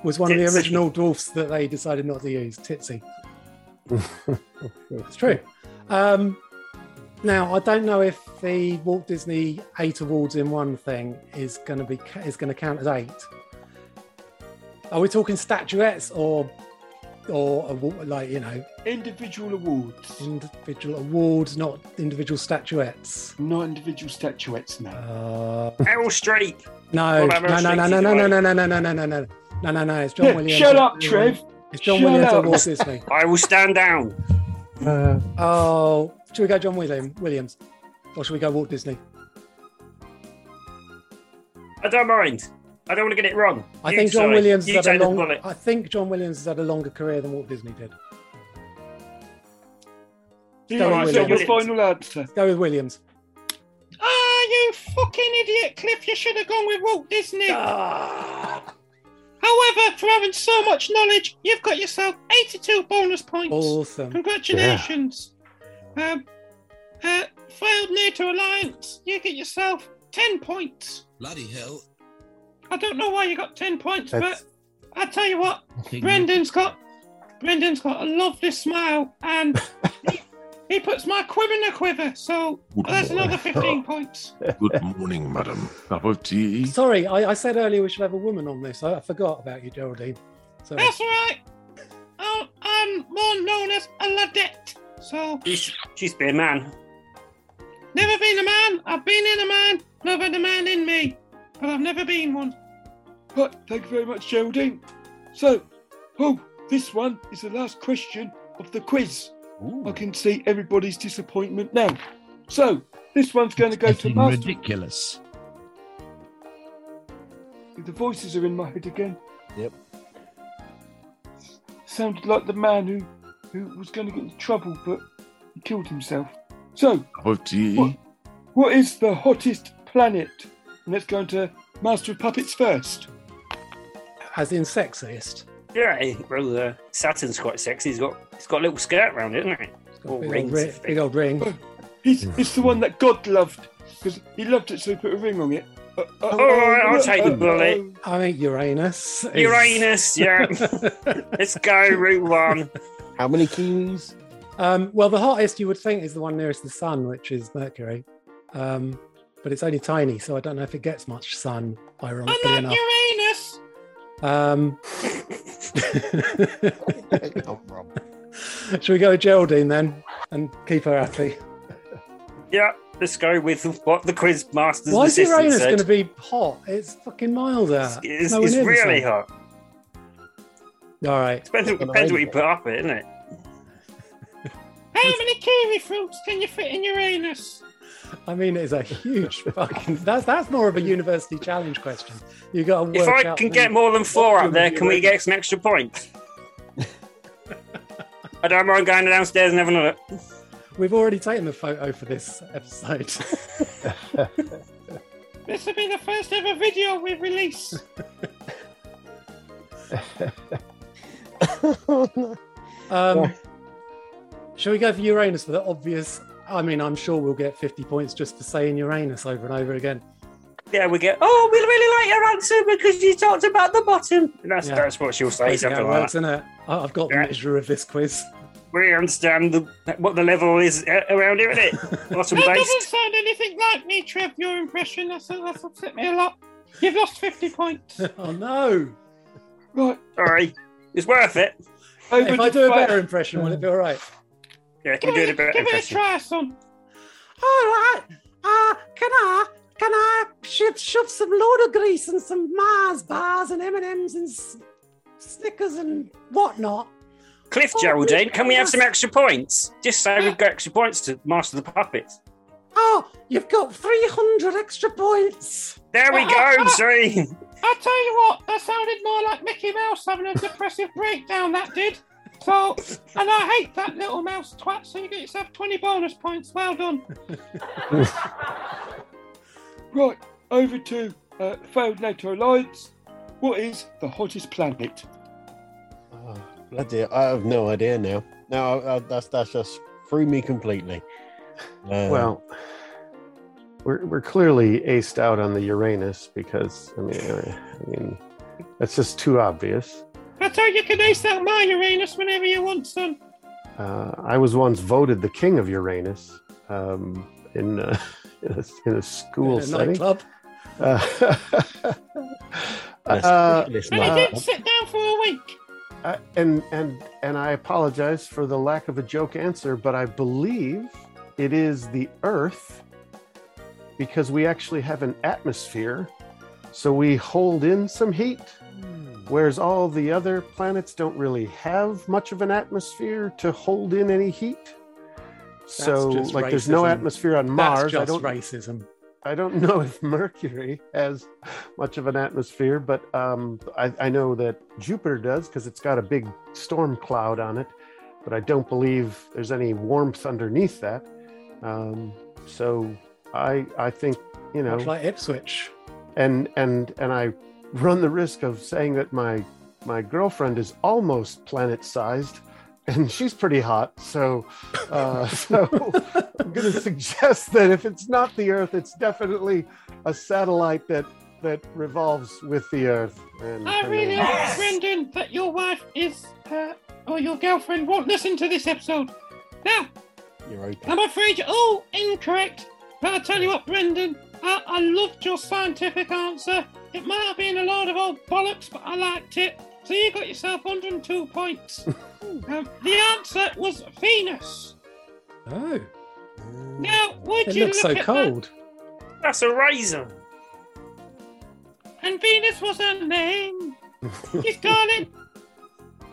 [SPEAKER 6] was one of
[SPEAKER 4] Titsy.
[SPEAKER 6] the original dwarfs that they decided not to use. Titsy. It's true. Um, now I don't know if the Walt Disney eight awards in one thing is going to be is going to count as eight. Are we talking statuettes or or awa- like you know
[SPEAKER 3] Individual awards.
[SPEAKER 6] individual awards, not individual statuettes?
[SPEAKER 3] Not individual statuettes, no.
[SPEAKER 6] Uh,
[SPEAKER 4] Meryl Streep.
[SPEAKER 6] no, no,
[SPEAKER 4] What about
[SPEAKER 6] no, no,
[SPEAKER 4] Meryl
[SPEAKER 6] no, no,
[SPEAKER 4] Streep?
[SPEAKER 6] no, no, no, no, no, no, no, no, no, no, no. It's John
[SPEAKER 3] Yeah,
[SPEAKER 6] Williams.
[SPEAKER 3] shut up, Trev.
[SPEAKER 6] It's John
[SPEAKER 3] Shut
[SPEAKER 6] Williams or
[SPEAKER 3] up.
[SPEAKER 6] Walt Disney.
[SPEAKER 4] I will stand down.
[SPEAKER 7] Uh,
[SPEAKER 6] Oh, should we go John William Williams, or should we go Walt Disney?
[SPEAKER 4] I don't mind. I don't want to get it wrong.
[SPEAKER 6] I
[SPEAKER 4] You
[SPEAKER 6] think John
[SPEAKER 4] decide.
[SPEAKER 6] Williams
[SPEAKER 4] You
[SPEAKER 6] has had
[SPEAKER 4] take
[SPEAKER 6] a
[SPEAKER 4] the
[SPEAKER 6] long.
[SPEAKER 4] bullet.
[SPEAKER 6] I think John Williams has had a longer career than Walt Disney did.
[SPEAKER 3] Do
[SPEAKER 6] Go
[SPEAKER 3] you want
[SPEAKER 6] with
[SPEAKER 3] to say your
[SPEAKER 6] Williams.
[SPEAKER 3] final answer?
[SPEAKER 6] Go with Williams.
[SPEAKER 10] Ah, you fucking idiot, Cliff. You should have gone with Walt Disney. However, for having so much knowledge, you've got yourself 82 bonus points.
[SPEAKER 6] Oh, Awesome.
[SPEAKER 10] Congratulations. Um, uh, failed NATO alliance. You get yourself
[SPEAKER 3] ten points.
[SPEAKER 11] Bloody hell.
[SPEAKER 3] I don't know why you got ten points,
[SPEAKER 11] That's-
[SPEAKER 3] but I tell you what,
[SPEAKER 11] think-
[SPEAKER 3] Brendan's got Brendan's got a lovely smile, and he, he puts my quiver in a quiver. So
[SPEAKER 11] Good
[SPEAKER 3] that's
[SPEAKER 11] boy.
[SPEAKER 3] another fifteen points.
[SPEAKER 11] Good morning, madam. Cup of tea.
[SPEAKER 6] Sorry, I, I said earlier we should have a woman on this. I, I forgot about you, Geraldine. Sorry.
[SPEAKER 3] That's all right. Oh, I'm more known as a ladette. So
[SPEAKER 4] She's, she's been a man.
[SPEAKER 3] never been a man. I've been in a man. Never had a man in me, but I've never been one.
[SPEAKER 10] Right, thank you very much, Geraldine. So, oh, this one is the last question of the quiz. I can see everybody's disappointment now. So, this one's going to go to Master.
[SPEAKER 11] Ridiculous.
[SPEAKER 10] The voices are in my head again.
[SPEAKER 1] Yep.
[SPEAKER 10] Sounded like the man who, who was going to get into trouble, but he killed himself. So,
[SPEAKER 11] Cup of tea.
[SPEAKER 10] what is the hottest planet? And let's go into Master of Puppets first.
[SPEAKER 6] As in sexiest.
[SPEAKER 4] Yeah, he- well, uh, Saturn's quite sexy. He's got it's got a little skirt around it, isn't it? Or
[SPEAKER 6] Big old,
[SPEAKER 4] rings.
[SPEAKER 6] ri- big old ring.
[SPEAKER 10] It's, it's the one that God loved because he loved it, so he put a ring on it. Uh, uh,
[SPEAKER 4] All right, I'll take
[SPEAKER 3] uh,
[SPEAKER 4] the bullet.
[SPEAKER 6] I think Uranus. Is...
[SPEAKER 4] Uranus, yeah. Let's go route one.
[SPEAKER 1] How many kiwis?
[SPEAKER 6] Um, well, the hottest you would think is the one nearest the sun, which is Mercury. Um, but it's only tiny, so I don't know if it gets much sun, ironically enough.
[SPEAKER 3] Uranus.
[SPEAKER 6] Um, Should we go with Geraldine then and keep her happy?
[SPEAKER 4] Yeah, let's go with what the quiz master's
[SPEAKER 6] Why is
[SPEAKER 4] assistant
[SPEAKER 6] Uranus
[SPEAKER 4] said.
[SPEAKER 6] going to be hot? It's fucking mild out.
[SPEAKER 4] It's,
[SPEAKER 6] nowhere
[SPEAKER 4] it's
[SPEAKER 6] near the
[SPEAKER 4] really
[SPEAKER 6] sun.
[SPEAKER 4] hot.
[SPEAKER 6] All right.
[SPEAKER 4] Depends, depends what you put up it, isn't it?
[SPEAKER 3] How many kiwi fruits can you fit in Uranus?
[SPEAKER 6] I mean, it's a huge fucking. That's that's more of a university challenge question. You got to work
[SPEAKER 4] If I
[SPEAKER 6] out
[SPEAKER 4] can
[SPEAKER 6] the-
[SPEAKER 4] get more than four up there, can we
[SPEAKER 6] Uranus.
[SPEAKER 4] get an extra point? I don't mind going downstairs and having a look.
[SPEAKER 6] We've already taken the photo for this episode.
[SPEAKER 3] This will be the first ever video we release.
[SPEAKER 6] um, shall we go for Uranus for the obvious? I mean, I'm sure we'll get 50 points just for saying Uranus over and over again.
[SPEAKER 4] Yeah, we get. Oh, we really like your answer because you talked about the bottom. And that's
[SPEAKER 6] Yeah.
[SPEAKER 4] that's what she'll say.
[SPEAKER 6] Basically
[SPEAKER 4] Something
[SPEAKER 6] how it
[SPEAKER 4] like
[SPEAKER 6] works,
[SPEAKER 4] that.
[SPEAKER 6] innit? I- I've got the measure of this quiz.
[SPEAKER 4] We understand the, what the level is uh, around here, isn't it? Bottom
[SPEAKER 3] That doesn't
[SPEAKER 4] based.
[SPEAKER 3] sound anything like me, Trev. Your impression that's that's upset me a lot. You've lost fifty points.
[SPEAKER 6] oh no!
[SPEAKER 10] Right,
[SPEAKER 4] sorry, it's worth it.
[SPEAKER 10] Over
[SPEAKER 6] If
[SPEAKER 10] to
[SPEAKER 6] I do a
[SPEAKER 10] Fa-
[SPEAKER 6] better impression, will it be all right?
[SPEAKER 4] Yeah, can do it a better
[SPEAKER 3] Give it a
[SPEAKER 4] impression.
[SPEAKER 3] try, son.
[SPEAKER 12] All right. Uh, can I can I shove, shove some loader grease and some Mars bars and M and M's and S- Snickers and whatnot?
[SPEAKER 4] Cliff
[SPEAKER 3] Oh,
[SPEAKER 4] Geraldine, can we have some extra points? Just say we've got extra points to master the puppets.
[SPEAKER 12] Oh, you've got three hundred extra points.
[SPEAKER 4] There we go. Sorry.
[SPEAKER 3] I tell you what, that sounded more like Mickey Mouse having a depressive breakdown. That did. So, and I hate that little mouse twat. So you get yourself twenty bonus points. Well done.
[SPEAKER 10] Right, over to uh, failed NATO alliance. What is the hottest planet?
[SPEAKER 1] Oh, Bloody, I have no idea now. No, I, I, that's that's just threw me completely. Um,
[SPEAKER 7] well, we're we're clearly aced out on the Uranus because I mean, I, I mean, that's just too obvious.
[SPEAKER 3] I tell you, you can ace out my Uranus whenever you want, son.
[SPEAKER 7] Uh, I was once voted the king of Uranus um, in, uh, in, a, in a school
[SPEAKER 6] In a
[SPEAKER 7] setting.
[SPEAKER 6] nightclub?
[SPEAKER 7] Uh,
[SPEAKER 1] That's
[SPEAKER 7] uh,
[SPEAKER 1] ridiculous,
[SPEAKER 3] And he
[SPEAKER 7] uh,
[SPEAKER 3] didn't sit down for a week.
[SPEAKER 7] uh, and and and I apologize for the lack of a joke answer, but I believe it is the Earth because we actually have an atmosphere, so we hold in some heat, whereas all the other planets don't really have much of an atmosphere to hold in any heat. so,
[SPEAKER 6] just
[SPEAKER 7] like, there's no
[SPEAKER 6] racism.
[SPEAKER 7] atmosphere on
[SPEAKER 6] That's
[SPEAKER 7] Mars. I
[SPEAKER 6] just
[SPEAKER 7] don't
[SPEAKER 6] racism.
[SPEAKER 7] I don't know if Mercury has much of an atmosphere, but um, I, I know that Jupiter does because it's got a big storm cloud on it. But I don't believe there's any warmth underneath that. Um, so I I think you know
[SPEAKER 6] Much like Ipswich.
[SPEAKER 7] and and and I run the risk of saying that my my girlfriend is almost planet sized, and she's pretty hot. So Uh, so I'm going to suggest that if it's not the Earth, it's definitely a satellite that that revolves with the Earth. And,
[SPEAKER 6] Oh,
[SPEAKER 3] I
[SPEAKER 7] and
[SPEAKER 3] really
[SPEAKER 7] then-
[SPEAKER 3] hope, Brendan, that your wife is, uh, or your girlfriend won't listen to this episode. Now,
[SPEAKER 1] You're open.
[SPEAKER 3] I'm afraid you're all incorrect. But I tell you what, Brendan, I, I loved your scientific answer. It might have been a load of old bollocks, but I liked it. So you got yourself 102 points. um, the answer was Venus.
[SPEAKER 6] Oh,
[SPEAKER 3] Now, would
[SPEAKER 6] it
[SPEAKER 3] you
[SPEAKER 6] looks
[SPEAKER 3] look
[SPEAKER 6] so
[SPEAKER 3] at
[SPEAKER 6] cold.
[SPEAKER 4] That's a razor.
[SPEAKER 3] that? And Venus was her name. She's got it.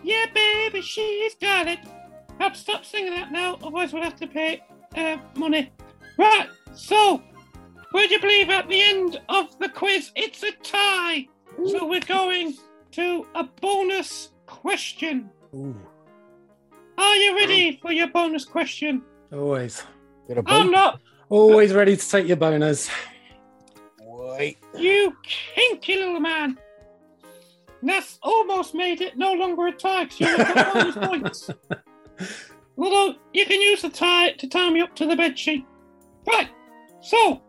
[SPEAKER 3] Yeah, baby, she's got it. I'll stop singing that now, otherwise we'll have to pay uh, money. Right, so, would you believe at the end of the quiz, it's a tie. So we're going to a bonus question. Are you ready for your bonus question?
[SPEAKER 6] Always.
[SPEAKER 3] I'm not.
[SPEAKER 6] Always ready to take your boners.
[SPEAKER 3] You kinky little man. That's almost made it no longer a tie. 'cause You've got all those points. Although you can use the tie to tie me up to the bed sheet. Right. So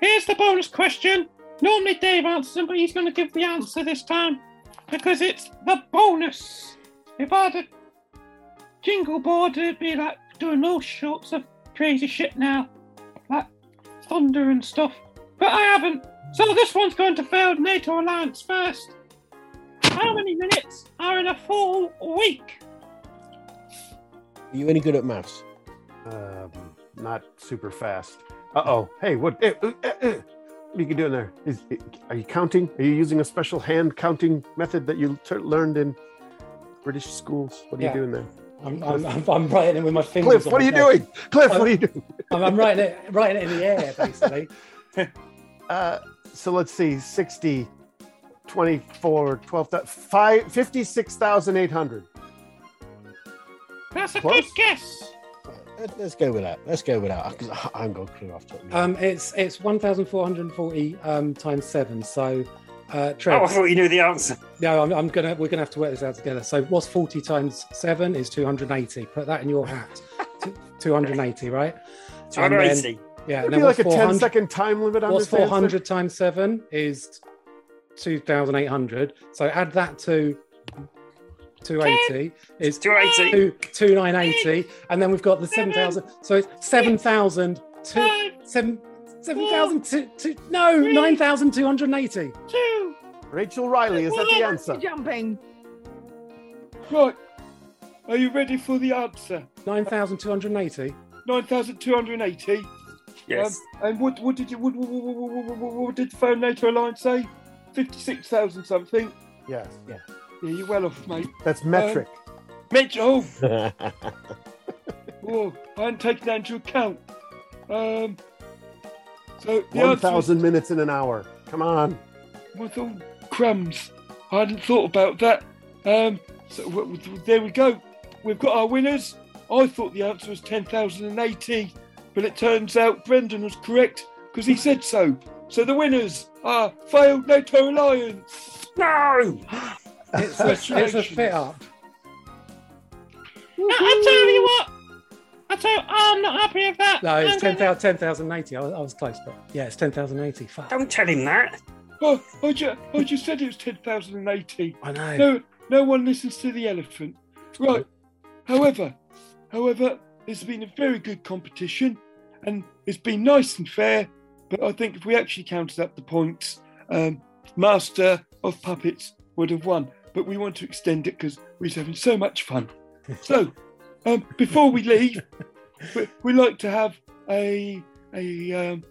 [SPEAKER 3] here's the bonus question. Normally Dave answers them, but he's going to give the answer this time because it's the bonus. If I had a jingle board, it'd be like doing all sorts of crazy shit now, like thunder and stuff. But I haven't. So this one's going to failed NATO alliance first. How many minutes are in a full week?
[SPEAKER 1] Are you any good at maths?
[SPEAKER 7] Um, not super fast. Uh oh. Hey, what? eh, eh, eh, eh. What are you doing there? Is, eh, are you counting? Are you using a special hand counting method that you t- learned in British schools? What are
[SPEAKER 6] Yeah.
[SPEAKER 7] you doing there?
[SPEAKER 6] I'm, I'm, I'm, I'm writing it with my fingers.
[SPEAKER 7] Cliff,
[SPEAKER 6] on
[SPEAKER 7] what
[SPEAKER 6] my
[SPEAKER 7] are you
[SPEAKER 6] head.
[SPEAKER 7] doing? Cliff,
[SPEAKER 6] I'm,
[SPEAKER 7] what are you doing?
[SPEAKER 6] I'm, I'm writing it, writing it in the air, basically.
[SPEAKER 7] Uh, so let's see 60, 24, 12, thou- five- 56,800.
[SPEAKER 3] That's a
[SPEAKER 7] Close.
[SPEAKER 3] good guess.
[SPEAKER 1] Let, us go with that. Let's go with that. 'cause I haven't got a clue off the top of my
[SPEAKER 6] Um, it's it's 1,440 um, times seven. So, uh, Trev,
[SPEAKER 4] Oh, I thought you knew the answer.
[SPEAKER 6] No, I'm, I'm gonna. We're gonna have to work this out together. So, what's forty times seven is two hundred and eighty. Put that in your hat. two hundred and eighty, right? And then-
[SPEAKER 4] 280.
[SPEAKER 6] Yeah. and
[SPEAKER 7] Would it be
[SPEAKER 6] then
[SPEAKER 7] like
[SPEAKER 6] what's
[SPEAKER 7] a 10
[SPEAKER 6] 400
[SPEAKER 7] second time limit on
[SPEAKER 6] What's
[SPEAKER 7] this? answer?
[SPEAKER 6] four hundred times seven is two thousand eight hundred. So add that to. 280 is
[SPEAKER 4] 280.
[SPEAKER 6] 2980 and then we've got the 7000 so it's 7000 two- seven- 7000 two- two- no 9280
[SPEAKER 3] Two.
[SPEAKER 7] Rachel Riley, is that the answer?
[SPEAKER 13] Jumping.
[SPEAKER 10] Right. Are you ready for the answer?
[SPEAKER 6] 9280
[SPEAKER 10] 9,280.
[SPEAKER 6] Yes.
[SPEAKER 10] Um, and what, what did you what, what, what, what, what, what, what did the Phone NATO Alliance say? 56,000 something.
[SPEAKER 7] Yes.
[SPEAKER 1] Yeah.
[SPEAKER 10] Yeah, you're well off, mate.
[SPEAKER 7] That's
[SPEAKER 10] Um,
[SPEAKER 7] metric.
[SPEAKER 10] metric. Oh,
[SPEAKER 1] head.
[SPEAKER 10] whoa, I hadn't taken that into account. Um, so the answer is
[SPEAKER 7] 1,000 minutes in an hour. Come on.
[SPEAKER 10] with all crumbs. I hadn't thought about that. Um, so w- w- there we go. We've got our winners. I thought the answer was 10,080, but it turns out Brendan was correct because he said so. So the winners are failed NATO alliance.
[SPEAKER 4] No!
[SPEAKER 6] It's a, it's a fit up.
[SPEAKER 3] Now, I tell you what. I tell I'm not happy with that.
[SPEAKER 6] No, it's
[SPEAKER 3] I'm gonna-
[SPEAKER 6] 10,000 10,080. I, was- I was close, but yeah, it's 10,080. Fuck.
[SPEAKER 4] Don't tell him that.
[SPEAKER 10] Oh, I just, I just said it was 10,080.
[SPEAKER 6] I know.
[SPEAKER 10] No, no one listens to the elephant. Right. However, however, it's been a very good competition and it's been nice and fair. But I think if we actually counted up the points, um, Master of Puppets would have won. But we want to extend it because we're having so much fun. So, um, before we leave, we, we like to have a a um,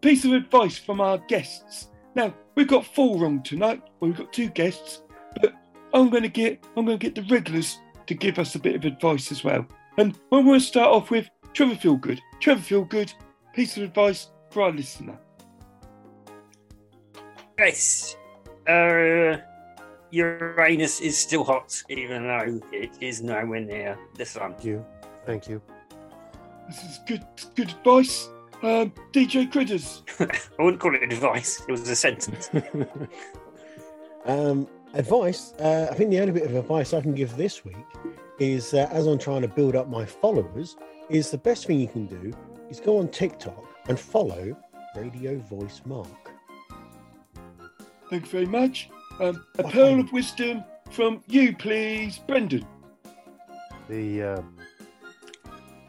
[SPEAKER 10] piece of advice from our guests. Now we've got four wrong tonight. Well, we've got two guests, but I'm going to get I'm going to get the regulars to give us a bit of advice as well. And I'm going to start off with Trevor Feelgood. Trevor Feelgood, piece of advice for our listener.
[SPEAKER 4] Yes. Uh, Uranus is still hot, even though it is nowhere near the sun.
[SPEAKER 7] Thank you. Thank you.
[SPEAKER 10] This is good good advice. Um, DJ Critters.
[SPEAKER 4] I wouldn't call it advice, it was a sentence.
[SPEAKER 1] Um, advice. Uh, I think the only bit of advice I can give this week is that as I'm trying to build up my followers, is the best thing you can do is go on TikTok and follow Radio Voice Mark.
[SPEAKER 10] Thank you very much. Um, a pearl of wisdom from you, please, Brendan.
[SPEAKER 7] the uh,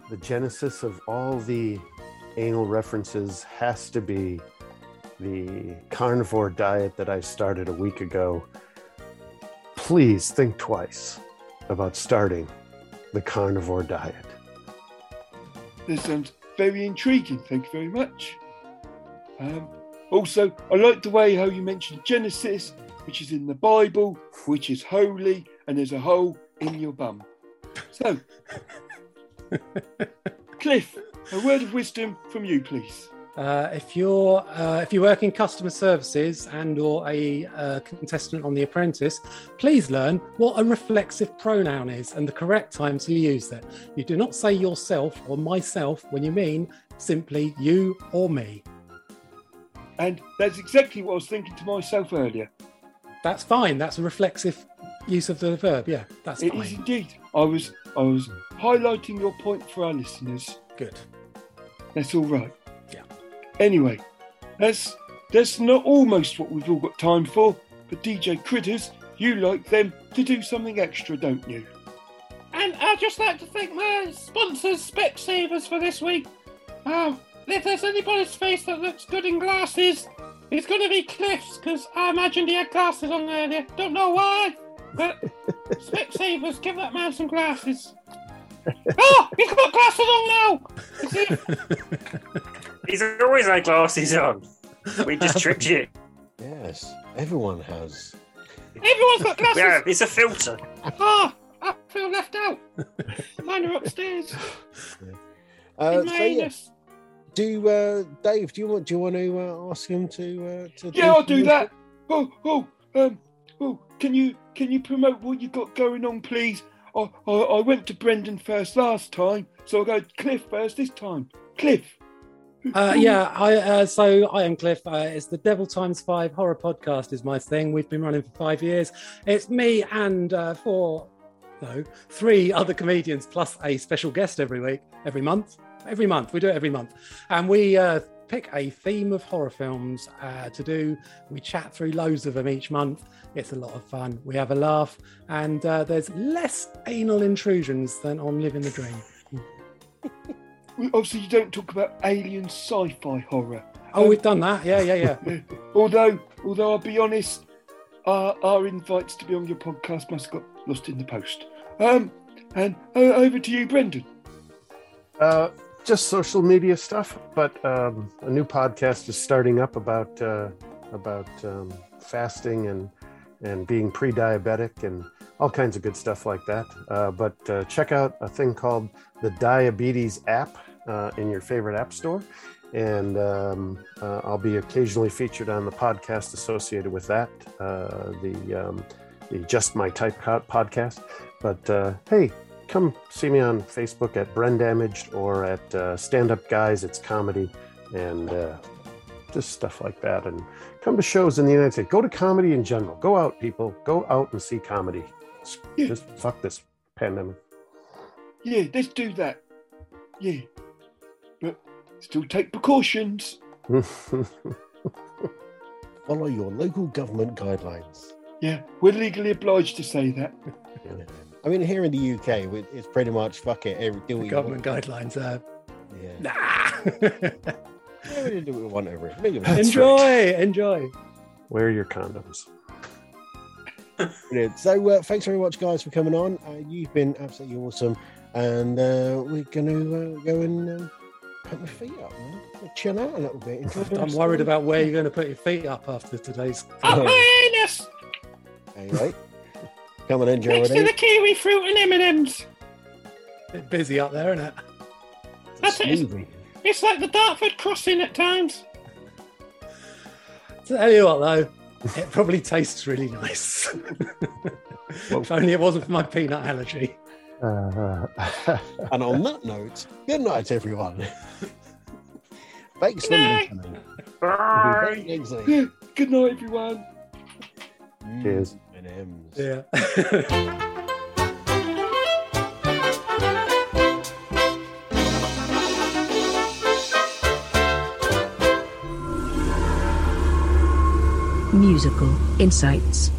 [SPEAKER 7] the genesis of all the anal references has to be the carnivore diet that I started a week ago. Please think twice about starting the carnivore diet.
[SPEAKER 10] This sounds very intriguing. Thank you very much. Um, also, I like the way how you mentioned Genesis, which is in the Bible, which is holy, and there's a hole in your bum. So, Cliff, a word of wisdom from you, please.
[SPEAKER 6] Uh, if you're uh, if you work in customer services and or a uh, contestant on The Apprentice, please learn what a reflexive pronoun is and the correct time to use it. You do not say yourself or myself when you mean simply you or me.
[SPEAKER 10] And that's exactly what I was thinking to myself earlier.
[SPEAKER 6] That's fine. That's a reflexive use of the verb. Yeah, that's
[SPEAKER 10] It
[SPEAKER 6] fine.
[SPEAKER 10] is indeed. I was I was highlighting your point for our listeners.
[SPEAKER 6] Good.
[SPEAKER 10] That's all right. Yeah. Anyway, that's that's not almost what we've all got time for. But DJ Critters, you like them to do something extra, don't you?
[SPEAKER 3] And I'd just like to thank my sponsors, Specsavers, for this week. Um, if there's anybody's face that looks good in glasses, it's going to be Cliff's, because I imagined he had glasses on earlier. Don't know why, but Specsavers, give that man some glasses. oh, he's got glasses on now!
[SPEAKER 4] He's always had glasses on. We just tricked you.
[SPEAKER 1] Yes, everyone has.
[SPEAKER 3] Everyone's got glasses!
[SPEAKER 4] Yeah, it's a filter.
[SPEAKER 3] Ah, I feel left out. Mine are upstairs.
[SPEAKER 1] Uh,
[SPEAKER 3] in my
[SPEAKER 1] so, yeah.
[SPEAKER 3] anus.
[SPEAKER 1] Do uh, Dave? Do you want? Do you want to uh, ask him to? Uh, to
[SPEAKER 10] Yeah, I'll
[SPEAKER 1] some
[SPEAKER 10] do
[SPEAKER 1] music?
[SPEAKER 10] that. Oh, oh, um, oh, can you can you promote what you got going on, please? I, I, I went to Brendan first last time, so I'll go to Cliff first this time. Cliff.
[SPEAKER 6] Uh, yeah, I, uh, so I am Cliff. Uh, it's the Devil Times Five Horror Podcast is my thing. We've been running for five years. It's me and uh, four, no, three other comedians plus a special guest every week, every month, every month. We do it every month, and we uh, pick a theme of horror films uh, to do. We chat through loads of them each month. It's a lot of fun. We have a laugh, and uh, there's less anal intrusions than on Living the Dream.
[SPEAKER 10] Obviously, you don't talk about alien sci-fi horror.
[SPEAKER 6] Oh, we've done that. Yeah, yeah, yeah.
[SPEAKER 10] although, although I'll be honest, our, our invites to be on your podcast must have got lost in the post. Um, and uh, over to you, Brendan.
[SPEAKER 7] Uh, just social media stuff, but um, a new podcast is starting up about uh, about um, fasting and and being pre-diabetic and all kinds of good stuff like that. Uh, but uh, check out a thing called the Diabetes app uh, in your favorite app store, and um, uh, I'll be occasionally featured on the podcast associated with that. Uh, the um, the Just My Type co- podcast. But uh, hey, come see me on Facebook at Bren Damaged or at uh, Stand Up Guys. It's comedy and uh, just stuff like that. And come to shows in the United States. Go to comedy in general. Go out, people. Go out and see comedy. S- Just fuck this pandemic.
[SPEAKER 10] Yeah, let's do that. Yeah, but still take precautions.
[SPEAKER 1] Follow your local government guidelines.
[SPEAKER 10] Yeah, we're legally obliged to say that.
[SPEAKER 1] I mean, here in the UK, we- it's pretty much fuck it. Every, do what
[SPEAKER 6] The
[SPEAKER 1] you
[SPEAKER 6] government
[SPEAKER 1] want.
[SPEAKER 6] guidelines uh, are
[SPEAKER 1] Yeah.
[SPEAKER 6] nah.
[SPEAKER 1] Yeah, we do what we want over it. Look at that.
[SPEAKER 6] enjoy, enjoy.
[SPEAKER 7] Wear your condoms.
[SPEAKER 1] Brilliant. So, uh, thanks very much, guys, for coming on. Uh, you've been absolutely awesome, and uh, we're going to uh, go and um, put my feet up, man. chill out a little bit. Enjoy the
[SPEAKER 6] I'm
[SPEAKER 1] rest
[SPEAKER 6] worried
[SPEAKER 1] of the
[SPEAKER 6] about where you're going to put your feet up after today's.
[SPEAKER 3] Up my anus!
[SPEAKER 1] Anyway, come on, enjoy
[SPEAKER 3] Next
[SPEAKER 1] it.
[SPEAKER 3] to
[SPEAKER 1] eh?
[SPEAKER 3] the kiwi fruit and M&M's.
[SPEAKER 6] Bit busy up there, isn't it?
[SPEAKER 3] That's it. It's,
[SPEAKER 1] Smoothie.
[SPEAKER 3] it's like the Dartford crossing at times.
[SPEAKER 6] Tell you what, though, it probably tastes really nice. if only it wasn't for my peanut allergy.
[SPEAKER 7] Uh,
[SPEAKER 1] and on that note, good night, everyone. Thanks for listening. We'll be back next week.
[SPEAKER 10] Yeah, good night, everyone.
[SPEAKER 1] Mm,
[SPEAKER 7] Cheers.
[SPEAKER 1] M&Ms.
[SPEAKER 6] Yeah.
[SPEAKER 2] musical insights.